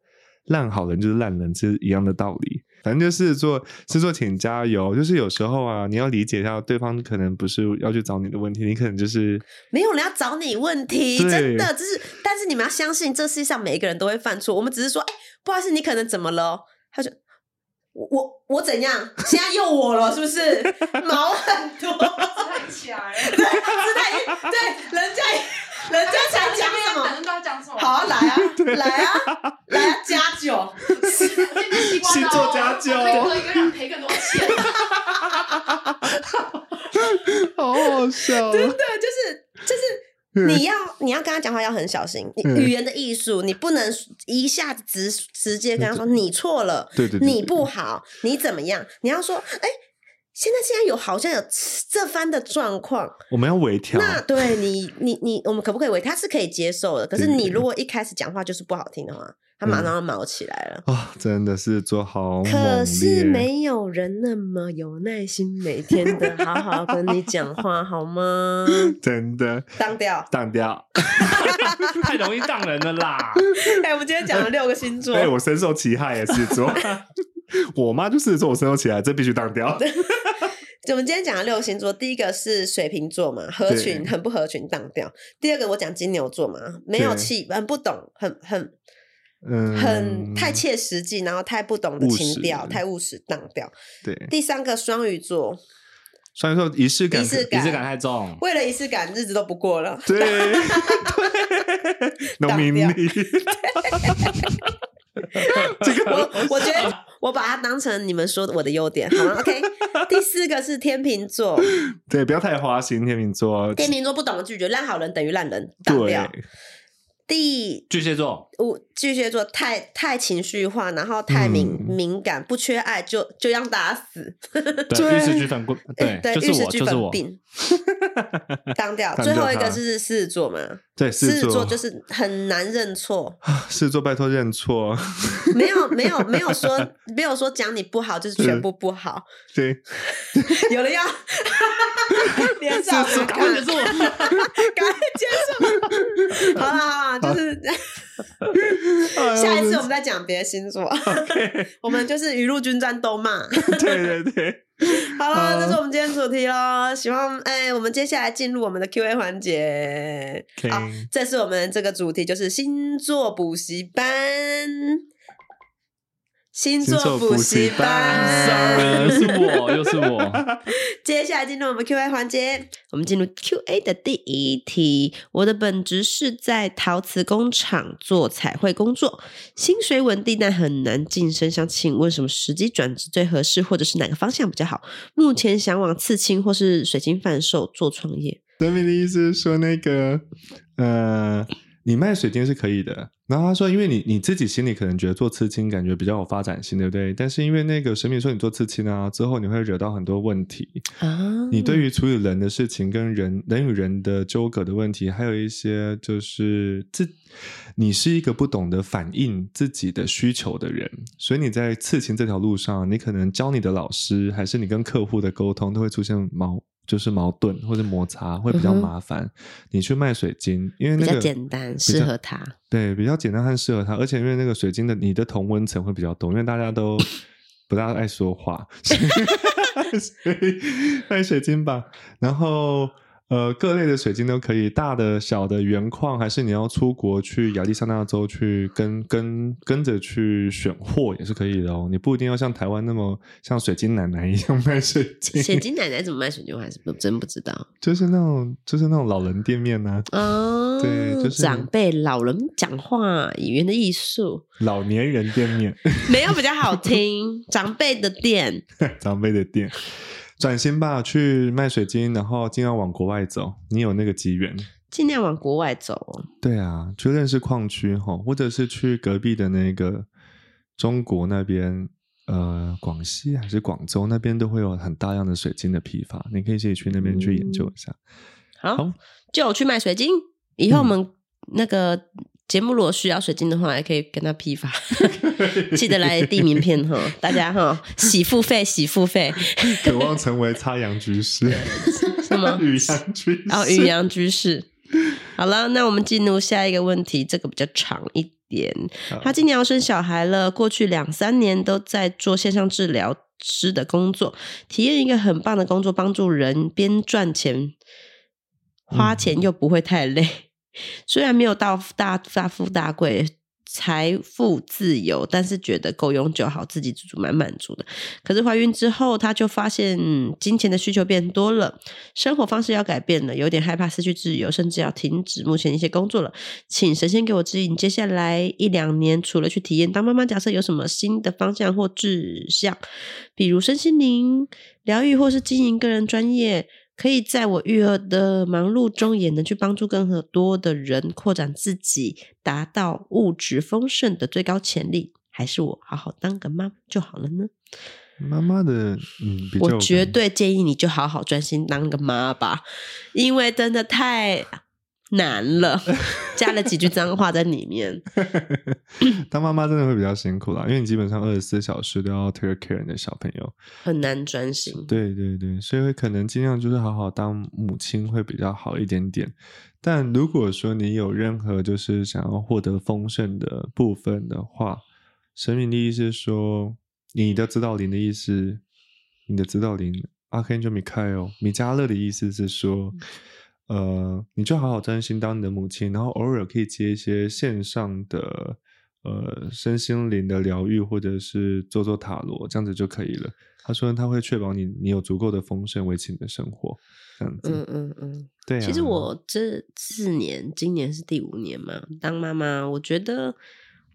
A: 烂好人就是烂人是一样的道理。反正就是做是做，请加油。就是有时候啊，你要理解一下，对方可能不是要去找你的问题，你可能就是
B: 没有人要找你问题，
A: 对
B: 真的，就是，但是你们要相信，这世界上每一个人都会犯错。我们只是说，哎、不好意思，你可能怎么了哦？他就我我我怎样？现在又我了，是 (laughs) 不是？毛很多，
D: 太
B: (laughs)
D: 强了，
B: 是他对人家人家才讲什
D: 反
B: 么？
D: 正都要讲什么？
B: 好啊，
A: (laughs)
B: 来啊，来啊，来啊，加酒，
D: 这个西瓜刀，
A: 星座家教
D: 我一个人赔更多钱，
A: 好好笑、
B: 真的就是就是。你要你要跟他讲话要很小心，你
A: 嗯
B: 语言的艺术，你不能一下子直直接跟他说你错了，
A: 对对对对
B: 你不好，你怎么样？你要说，哎、现在现在有好像有这番的状况，
A: 我们要微调。
B: 那对你你你，我们可不可以为他是可以接受的？可是
A: 对对
B: 你
A: 对嗯
B: 如果一开始讲话就是不好听的话，他马上要毛起来了。
A: 啊、真的是做好猛烈，
B: 可是没有人那么有耐心，每天的好好跟你讲话，好吗？
A: 真的
B: 当掉。
A: 淡掉。
C: 太容易当人了
B: (laughs)
C: 啦。
B: 哎、我们今天讲了六个星座，
A: 哎、我深受其害也是
B: (laughs)
A: 做，我妈就是做我深受其害，这必须当掉。
B: 我们今天讲的六个星座，第一个是水瓶座嘛，合群
A: 对
B: 很不合群，当掉。第二个我讲金牛座嘛，没有
A: 对
B: 气，很不懂，很很
A: 嗯，
B: 很太切实际，然后太不懂的
A: 务
B: 情
A: 实
B: 调，太务实，当掉。
A: 对。
B: 第三个双鱼座，
A: 虽然说仪式感
B: 仪，式
C: 仪
B: 感
C: 式感太重，
B: 为了仪式感，日子都不过了。 (laughs)
A: 对对，农民
B: 掉
A: 力，
B: (laughs) 我我觉得我把它当成你们说的我的优点，好吗？OK。第四个是天秤座，
A: 对，不要太花心，天秤座，
B: 天秤座不懂的拒绝，烂好人等于烂人，挡
A: 对
B: 掉。第
C: 巨蟹座，
B: 五巨蟹座太太情绪化，然后太敏、
A: 嗯
B: 敏感，不缺爱就就让大家死，
C: 对，玉石俱焚棍，
B: (laughs) 对，
C: 就
B: 玉
C: 是
B: 石
C: 我，
B: 俱
C: 就是
B: 焚
C: 我，
B: 病，当掉。
A: 当
B: 最
A: 掉
B: 后一个
A: 它
B: 就是狮子座嘛，
A: 对，狮
B: 狮子
A: 子
B: 座就是 (laughs) 很难认错，
A: 狮子座，拜托认错。
B: 没有没有没有说没有说讲你不好，就是全部不好，
A: 对，
B: (laughs) 有了要脸上
C: 是
B: 看，
C: 赶快结束
B: 赶快结 (laughs) 束。好了好了，就是 (laughs) 下
A: 哎
B: 一次我们再讲别的星 (laughs) 座，我们就是雨露均沾都 (laughs) 骂。
A: 对对对，
B: 好了，这是我们今天主题喽。喜欢哎，我们接下来进入我们的 Q&A 环节。
A: 可以
B: 好，这是我们这个主题，就是星座补习班。星
A: 星
B: 座
A: 座
B: 补
A: 补
B: 习
A: 习班
B: 班，
C: 又是我，又是我，
B: 接下来进入我们 Q&A 环节，我们进入 Q&A 的第一题。我的本职是在陶瓷工厂做彩绘工作，薪水稳定，但很难晋升。想请问什么时机转职最合适，或者是哪个方向比较好？目前想往刺青或是水晶贩售做创业。
A: 德明的意思是说，那个呃，你卖水晶是可以的。然后他说，因为你你自己心里可能觉得做刺青感觉比较有发展性，对不对？但是因为那个神明说你做刺青啊，之后你会惹到很多问题。
B: 啊
A: 你对于处理人的事情跟人人与人的纠葛的问题，还有一些就是自你是一个不懂得反映自己的需求的人，所以你在刺青这条路上，你可能教你的老师，还是你跟客户的沟通，都会出现矛。就是矛盾或者摩擦会比较
B: 嗯哼
A: 麻烦。你去卖水晶，因为
B: 比
A: 那
B: 较
A: 个
B: 简单，
A: 比
B: 适
A: 较
B: 合他。
A: 对，比较简单和适合他，而且因为那个水晶的你的同温层会比较多，因为大家都不大爱说话，所以所以卖水晶吧。然后呃，各类的水晶都可以，大的、小的、原矿，还是你要出国去亚利桑那州去跟跟跟着去选货也是可以的哦。你不一定要像台湾那么像水晶奶奶一样卖水晶， (laughs)
B: 水晶奶奶怎么卖水晶，我还是不真不知道。
A: 就是那种就是那种老人店面啊呐、(laughs)
B: 哦，
A: 对就是
B: 长辈老人讲话语言的艺术，
A: 老年人店面。
B: 没有比较好听。长辈的店，
A: 长辈的店，转型吧，去卖水晶，然后尽量往国外走，你有那个机缘。
B: 尽量往国外走哦。
A: 对啊，去认识矿区哈，或者是去隔壁的那个中国那边，呃，广西还是广州那边都会有很大量的水晶的批发，你可以自己去那边去研究一下。
B: 好，
A: 好
B: 就去卖水晶。以后我们那个节目如果需要水晶的话，也可以跟他批发。记得来递名片哈，大家哈，喜付费，喜付费。
A: 渴望成为插阳居士，
B: 嗯什
A: (laughs)
B: 么哦
A: 雨阳居士，
B: 然后渔阳居士。好了，那我们进入下一个问题，这个比较长一点。
A: 好
B: 她今年要生小孩了，过去两三年都在做线上治疗师的工作，体验一个很棒的工作，帮助人边赚钱，花钱又不会太累。 (laughs) 虽然没有到大大富大贵。财富自由，但是觉得够永久，好自给自足，蛮满足的。可是怀孕之后，她就发现、嗯金钱的需求变多了，生活方式要改变了，有点害怕失去自由，甚至要停止目前一些工作了。请神仙给我指引，接下来一两年除了去体验当妈妈，假设有什么新的方向或志向，比如身心灵疗愈，或是经营个人专业，可以在我育儿的忙碌中，也能去帮助更多的人扩展自己，达到物质丰盛的最高潜力。还是我好好当个妈妈就好了呢？
A: 妈妈的，嗯，比较
B: 我
A: 有
B: 绝
A: 感
B: 对建议你就好好专心当个妈吧，因为真的太难
A: (laughs)
B: 了，加了几句脏话在里面。
A: 当妈妈真的会比较辛苦啦，因为你基本上二十四小时都要 take care 你的小朋友。
B: 很难专心。
A: 对对对，所以会可能尽量就是好好当母亲会比较好一点点。但如果说你有任何就是想要获得丰盛的部分的话，神明的意思是说，你的指导灵的意思，你的指导灵 Archangel Michael 米迦勒的意思是说，呃，你就好好专心当你的母亲，然后偶尔可以接一些线上的呃身心灵的疗愈，或者是做做塔罗，这样子就可以了。他说他会确保你你有足够的丰盛维持你的生活，这样子。
B: 嗯嗯嗯。
A: 对、啊，
B: 其实我这四年，今年是第五年嘛，当妈妈，我觉得，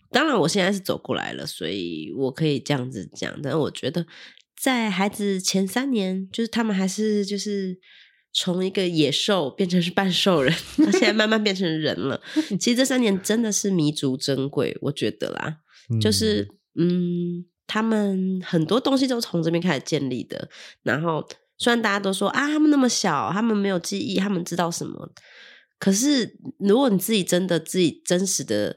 B: 当然我现在是走过来了，所以我可以这样子讲。但我觉得，在孩子前三年，就是他们还是就是从一个野兽变成是半兽人， (laughs) 他现在慢慢变成人 (laughs) 了。其实这三年真的是弥足珍贵，我觉得啦。
A: 嗯
B: 就是嗯，他们很多东西都是从这边开始建立的。然后虽然大家都说啊，他们那么小，他们没有记忆，他们知道什么？可是如果你自己真的自己真实的，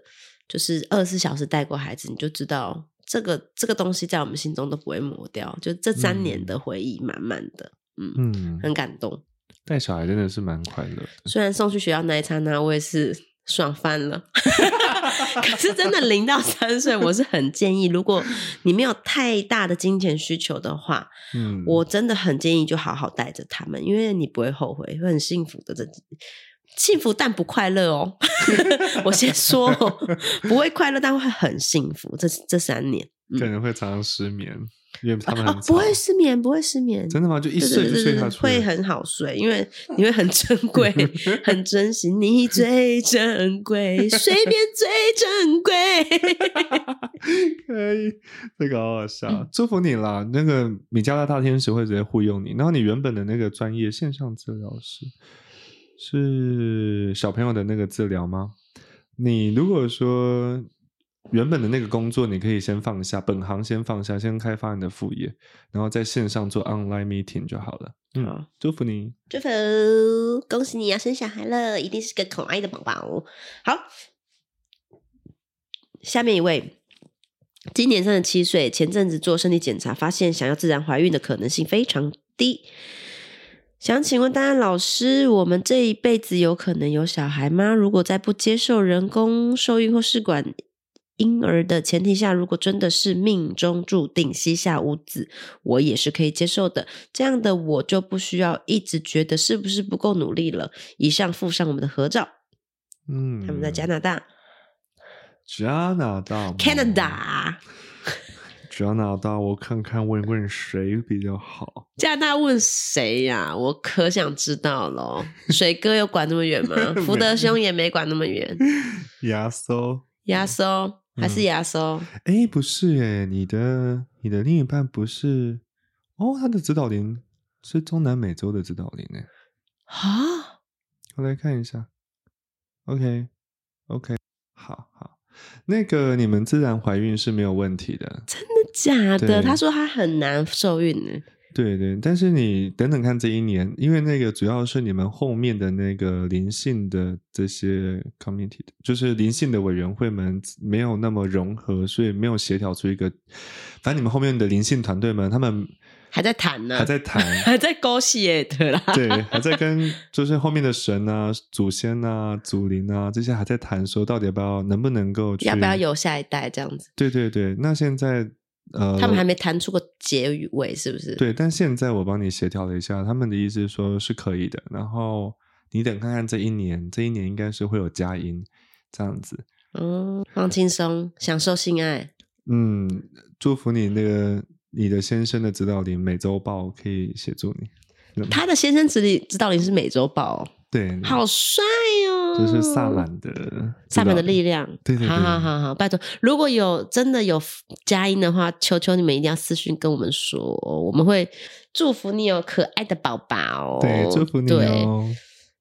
B: 就是二十四小时带过孩子，你就知道这个这个东西在我们心中都不会磨掉，就这三年
A: 嗯
B: 的回忆，满满的，嗯，
A: 嗯，
B: 很感动。
A: 带小孩真的是蛮快乐的。
B: 虽然送去学校那一刹那，我也是爽翻了。 (laughs) 可是真的零到三岁，我是很建议，如果你没有太大的金钱需求的话，
A: 嗯，
B: 我真的很建议就好好带着他们，因为你不会后悔，会很幸福的。这幸福但不快乐
A: (laughs)
B: 哦，我先说、哦，不会快乐，但会很幸福。这这三年，
A: 可
B: 嗯，
A: 能会常常失眠，因为他们很
B: 哦，
A: 吵
B: 不会失眠，不会失眠，
A: 真的吗？就一
B: 对
A: 睡就
B: 对对
A: 睡
B: 对
A: 下
B: 对，
A: 去，
B: 会很好睡，因为你会很珍
A: (laughs)
B: 贵，很珍惜你最
A: (laughs)
B: 珍贵，睡眠最珍贵。 (laughs)
A: (laughs) 可以，哎这个好好
B: 嗯
A: 笑。祝福你啦！那个米加拉大天使会直接护佑你，然后你原本的那个专业线上治疗师是小朋友的那个治疗吗？你如果说原本的那个工作，你可以先放下，本行先放下，先开发你的副业，然后在线上做 online meeting 就好了。嗯
B: 好，
A: 祝福你。
B: 祝福，恭喜你要生小孩了，一定是个可爱的宝宝。好，下面一位，今年三十七岁，前阵子做身体检查，发现想要自然怀孕的可能性非常低。想请问大家老师，我们这一辈子有可能有小孩吗？如果在不接受人工受孕或试管婴儿的前提下，如果真的是命中注定膝下无子，我也是可以接受的。这样的我就不需要一直觉得是不是不够努力了。以上附上我们的合照，
A: 嗯，
B: 他们在加拿大、
A: 加拿大吗
B: Canada
A: 加拿大，我看看问问谁比较好。
B: 加拿大问谁呀、我可想知道喽。水哥有管那么远
A: (laughs)
B: 吗
A: 没？
B: 福德兄也没管那么远。
A: 亚搜，
B: 牙收还
A: 嗯
B: 是牙收？
A: 哎，不是哎，你的你的另一半不是哦，他的指导灵是中南美洲的指导灵哎，
B: 啊、
A: 我来看一下。OK，OK，、好好，那个你们自然怀孕是没有问题的，
B: 真的假
A: 对
B: 的？他说他很难受孕呢。 (laughs)
A: 对对，但是你等等看这一年，因为那个主要是你们后面的那个灵性的这些 committee，就是灵性的委员会们没有那么融合，所以没有协调出一个。反正你们后面的灵性团队们，他们
B: 还在谈呢，
A: 还在谈
B: (laughs) 还在勾系耶的啦，
A: 对，还在跟就是后面的神啊、祖先啊、祖灵啊这些还在谈，说到底要不要能不能够去
B: (laughs) 要不要？有下一代这样子？
A: 对对对，那现在呃，
B: 他们还没谈出个结尾，是不是？
A: 对，但现在我帮你协调了一下，他们的意思是说是可以的。然后你等看看这一年，这一年应该是会有佳音这样子。
B: 嗯，放轻松，享受性爱。
A: 嗯，祝福你那个你的先生的指导灵每周报可以协助你。嗯
B: 他的先生指里指导灵是美洲豹哦，
A: 对，
B: 好帅哦！
A: 这是萨满的
B: 萨满的力
A: 量。
B: 量。
A: 对对对
B: 好好好好，拜托，如果有真的有佳音的话，求求你们一定要私讯跟我们说，我们会祝福你有可爱的宝宝。
A: 对，祝福你
B: 对
A: 哦。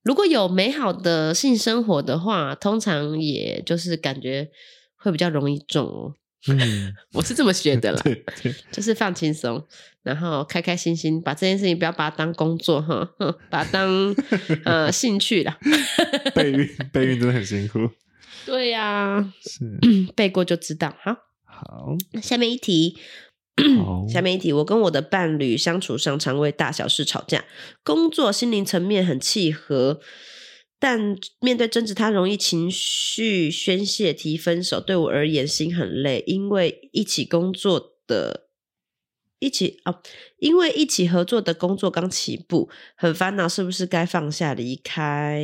B: 如果有美好的性生活的话，通常也就是感觉会比较容易中哦。
A: 嗯，
B: 我是这么学的啦。
A: 对对，
B: 就是放轻松，然后开开心心，把这件事情不要把它当工作哈， (laughs) 哼把它当呃兴趣啦。
A: 备孕备孕真的很辛苦。
B: (laughs) 对呀、
A: 是，
B: 嗯背过就知道。好，
A: 好，
B: 那下面一题。
A: 好
B: (clears throat) 下面一题，我跟我的伴侣相处上常为大小事吵架，工作、心灵层面很契合，但面对争执，他容易情绪宣泄，提分手。对我而言，心很累，因为一起工作的，一起哦，因为一起合作的工作刚起步，很烦恼，是不是该放下离开？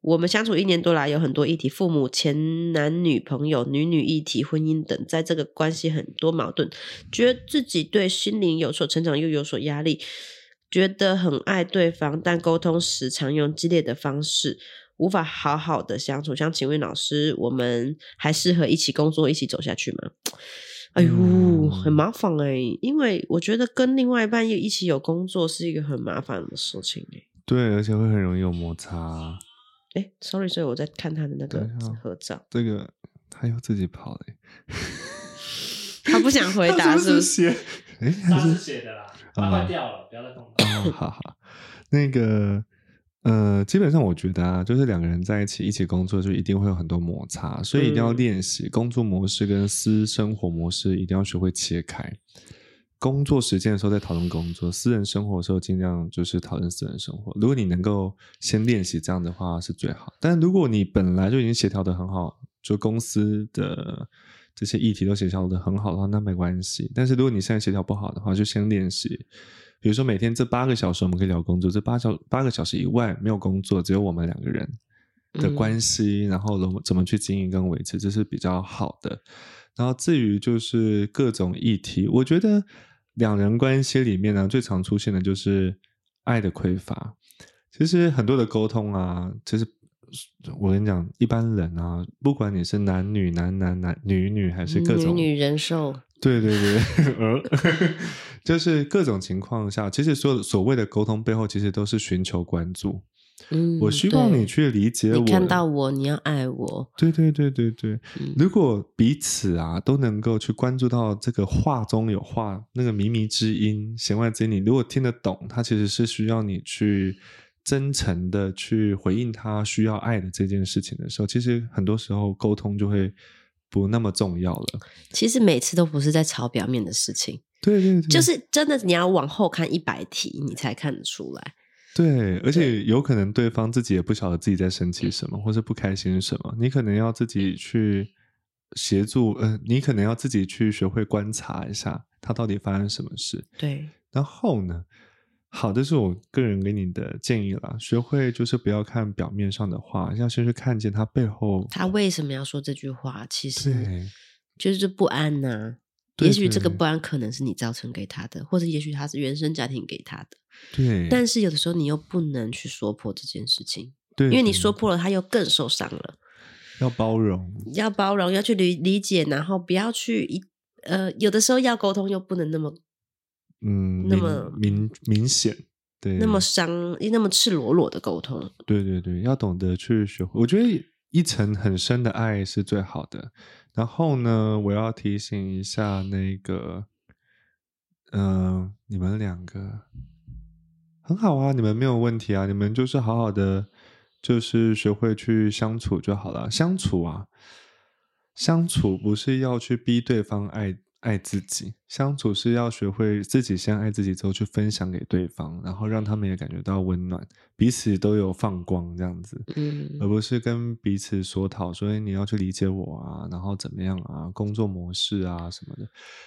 B: 我们相处一年多来，有很多议题，父母、前男女朋友、女女议题、婚姻等，在这个关系很多矛盾，觉得自己对心灵有所成长，又有所压力，觉得很爱对方，但沟通时常用激烈的方式，无法好好的相处。想请问老师，我们还适合一起工作、一起走下去吗？哎呦，
A: 嗯
B: 很麻欸烦哎、因为我觉得跟另外一半又一起有工作是一个很麻烦的事情哎、
A: 对，而且会很容易有摩擦。
B: 哎，sorry，所以我在看他的那个
A: 等一下
B: 合照，
A: 这个他又自己跑了、欸，
B: 他不想回答，
A: 他
B: 是
A: 是
B: 不
A: 不
B: (laughs) 是？
A: 是？哎、
C: 他是写的啦，
A: 啊
C: 它坏掉了，不要再动它。
A: 哦，好好，那个呃，基本上我觉得啊，就是两个人在一起一起工作，就一定会有很多摩擦，所以一定要
B: 嗯
A: 练习工作模式跟私生活模式，一定要学会切开。工作时间的时候再讨论工作，私人生活的时候尽量就是讨论私人生活。如果你能够先练习这样的话是最好，但如果你本来就已经协调的很好，就公司的这些议题都协调的很好的话，那没关系。但是如果你现在协调不好的话，就先练习。比如说每天这八个小时我们可以聊工作，这八小八个小时以外没有工作，只有我们两个人
B: 嗯
A: 的关系，然后怎么怎么去经营跟维持，这是比较好的。然后至于就是各种议题，我觉得两人关系里面呢，最常出现的就是爱的匮乏。其实很多的沟通啊，其实我跟你讲，一般人啊，不管你是男女、男男、男女女，还是各种
B: 女女人兽，
A: 对对对，呃， (laughs) 就是各种情况下，其实所有所谓的沟通背后，其实都是寻求关注。
B: 嗯，
A: 我希望
B: 对
A: 你去理解我，
B: 你看到我，你要爱我，
A: 对对对对对，
B: 嗯
A: 如果彼此啊都能够去关注到这个话中有话，那个靡靡之音、弦外之音，你如果听得懂，它其实是需要你去真诚的去回应他需要爱的这件事情的时候，其实很多时候沟通就会不那么重要了。
B: 其实每次都不是在吵表面的事情，
A: 对对对，
B: 就是真的你要往后看一百题，你才看得出来。
A: 对，而且有可能对方自己也不晓得自己在生气什么，或是不开心什么，你可能要自己去协助，呃，你可能要自己去学会观察一下他到底发生什么事。
B: 对，
A: 然后呢，好，这是我个人给你的建议啦，学会就是不要看表面上的话，要先去看见他背后。
B: 他为什么要说这句话？其实
A: 对
B: 就是不安呐、
A: 对
B: 也许这个
A: 对
B: 不安可能是你造成给他的，或者也许他是原生家庭给他的。
A: 对，
B: 但是有的时候你又不能去说破这件事情，
A: 对
B: 因为你
A: 对
B: 说破了，他又更受伤了。
A: 要包容，
B: 要包容，要去理理解，然后不要去一呃，有的时候要沟通又不能那么
A: 嗯，
B: 那
A: 明
B: 么
A: 明明显，对，
B: 那么伤，那么赤裸裸的沟通。
A: 对对对，要懂得去学会。我觉得一层很深的爱是最好的。然后呢，我要提醒一下那个，嗯，你们两个很好啊，你们没有问题啊，你们就是好好的，就是学会去相处就好了。相处啊，相处不是要去逼对方爱爱自己，相处是要学会自己先爱自己，之后去分享给对方，然后让他们也感觉到温暖，彼此都有放光这样子。
B: 嗯
A: 而不是跟彼此索讨，所以你要去理解我啊，然后怎么样啊，工作模式啊什么的。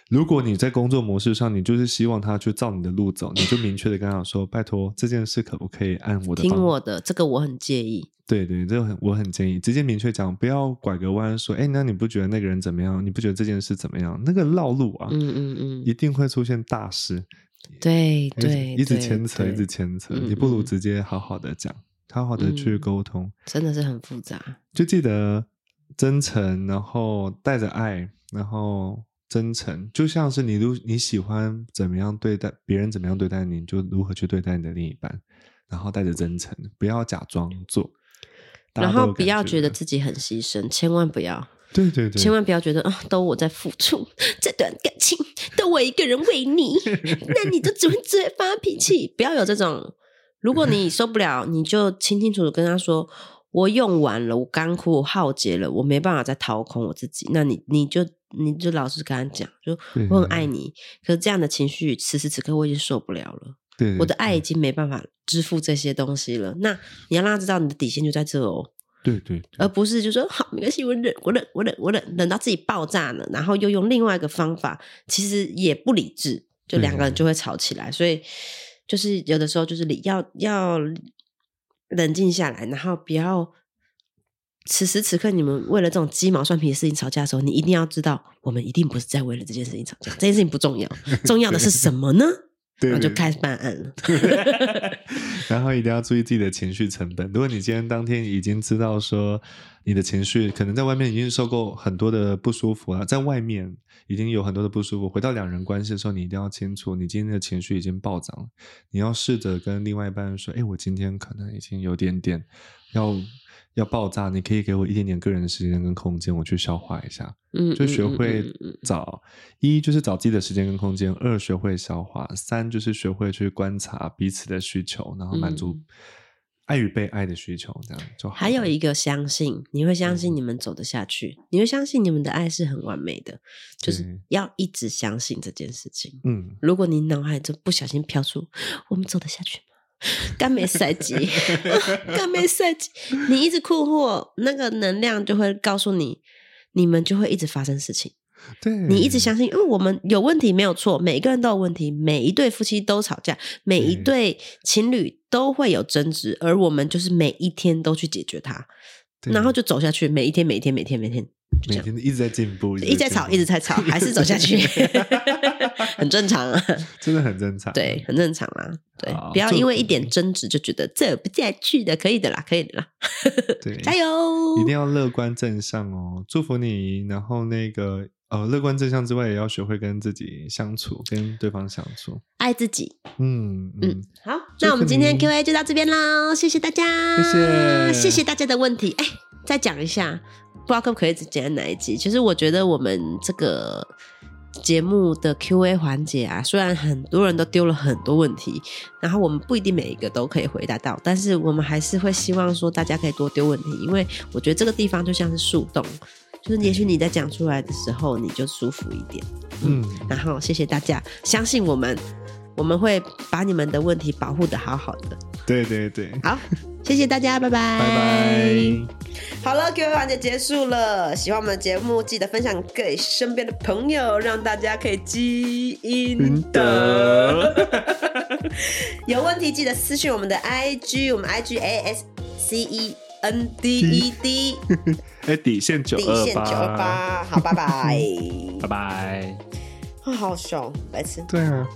A: 如果你在工作模式上，你就是希望他去照你的路走，你就明确的跟他说，拜托这件事可不可以按我的
B: 听
A: 方
B: 我的，这个我很介意。
A: 对对，这个很我很建议直接明确讲，不要拐个弯说，哎，那你不觉得那个人怎么样？你不觉得这件事怎么样？那个绕路啊，
B: 嗯嗯
A: 一
B: 嗯，
A: 定会出现大事，
B: 对
A: 一直
B: 对，
A: 一直
B: 对
A: 牵扯，
B: 对
A: 一直牵扯，
B: 嗯
A: 你不如
B: 嗯
A: 直接好好的讲，好好的去
B: 嗯
A: 沟通。
B: 真的是很复杂。
A: 就记得真诚，然后带着爱，然后真诚，就像是你如你喜欢怎么样对待别人，怎么样对待你，你就如何去对待你的另一半，然后带着真诚，不要假装做。大家
B: 然
A: 都
B: 后
A: 有
B: 不
A: 感
B: 要觉得
A: 了
B: 自己很牺牲，千万不要，
A: 对对对，
B: 千万不要觉得啊，都我在付出，这段感情都我一个人
A: (laughs)
B: 为你，那你就只会只会发脾气，不要有这种。如果你受不了，你就清清楚楚跟他说：“我用完了，我干枯，我耗竭了，我没办法再掏空我自己。”那你你就你就老实跟他讲，就
A: 对
B: 嗯我很爱你，可是这样的情绪此时此刻我已经受不了了，
A: 对
B: 我的爱已经没办法支付这些东西了。那你要让他知道你的底线就在这哦。
A: 对对对
B: 而不是就说好没关系，我忍，我忍，我忍，我忍，忍到自己爆炸了，然后又用另外一个方法，其实也不理智，就
A: 对
B: 两个人就会吵起来。所以就是有的时候就是理要要冷静下来，然后不要此时此刻你们为了这种鸡毛蒜皮的事情吵架的时候，你一
A: (laughs)
B: 定要知道，我们一定不是在为了这件事情吵架，这件事情不重要，重要的是什么呢？
A: 对
B: 然后就
A: 对
B: 开始办案了。
A: 然后一定要注意自己的情绪成本。如果你今天当天已经知道说你的情绪可能在外面已经受够很多的不舒服啊了，在外面已经有很多的不舒服，回到两人关系的时候，你一定要清楚你今天的情绪已经暴涨了。你要试着跟另外一半说：“哎，我今天可能已经有点点要要爆炸，你可以给我一点点个人时间跟空间，我去消化一下。”
B: 嗯，
A: 就
B: 嗯
A: 学
B: 嗯
A: 会
B: 嗯嗯
A: 找一就是找自己的时间跟空间，二学会消化，三就是学会去观察彼此的需求，然后满足
B: 嗯
A: 爱与被爱的需求，这样就好了。嗯
B: 还有一个相信，你会相信你们走得下去，你会相信你们的爱是很完美的，就是
A: 对
B: 要一直相信这件事情。
A: 嗯，
B: 如果你脑海中不小心飘出“我们走得下去吗？”干没赛季， (laughs) 干没赛季，你一直困惑，那个能量就会告诉你，你们就会一直发生事情。
A: 对，
B: 你一直
A: 嗯
B: 相信，因为我们有问题没有错，每个人都有问题，每一对夫妻都吵架，每一对情侣都会有争执，而我们就是每一天都去解决它，
A: 对，
B: 然后就走下去，每一天，每一天，每一天，每一天，就这
A: 每
B: 样。
A: 天一直在进步，
B: 一直在
A: 进
B: 吵，
A: 步，
B: 一直在吵，还是走下去很正常啊。
A: 真的很正常。
B: 对，很正常啦。对
A: 好，
B: 不要
A: 就
B: 因为一点争执就觉得这不下去的，可以的啦，可以的啦，
A: 对，
B: 加油！
A: 一定要乐观正向哦，祝福你。然后那个呃，乐观正向之外，也要学会跟自己相处，跟对方相处。
B: 爱自己。
A: 嗯嗯
B: 嗯，好，
A: 祝
B: 那我们
A: 福
B: 今天
A: 你
B: Q&A 就到这边喽，谢谢大家，
A: 谢谢
B: 谢谢大家的问题。哎，再讲一下，不知道可不可以只讲哪一集？其实我觉得我们这个节目的 Q&A 环节啊，虽然很多人都丢了很多问题，然后我们不一定每一个都可以回答到，但是我们还是会希望说大家可以多丢问题，因为我觉得这个地方就像是树洞，就是也许你在讲出来的时候，你就舒服一点。
A: 嗯，
B: 然后谢谢大家，相信我们，我们会把你们的问题保护的好好的。
A: 对对对，
B: 好， (laughs) 谢谢大家，拜拜，
A: 拜拜。
B: 好了，Q&A 环节结束了，喜欢我们的节目，记得分享给身边的朋友，让大家可以积阴德。有问题记得私讯我们的 IG，我们 IG A S C E N D E
A: (laughs)
B: D
A: 哎，底线九
B: 底
A: 二
B: 线
A: 八，
B: 九二八，好，拜拜， (laughs)
C: 拜拜。
B: 啊好爽，白痴。
A: 对啊。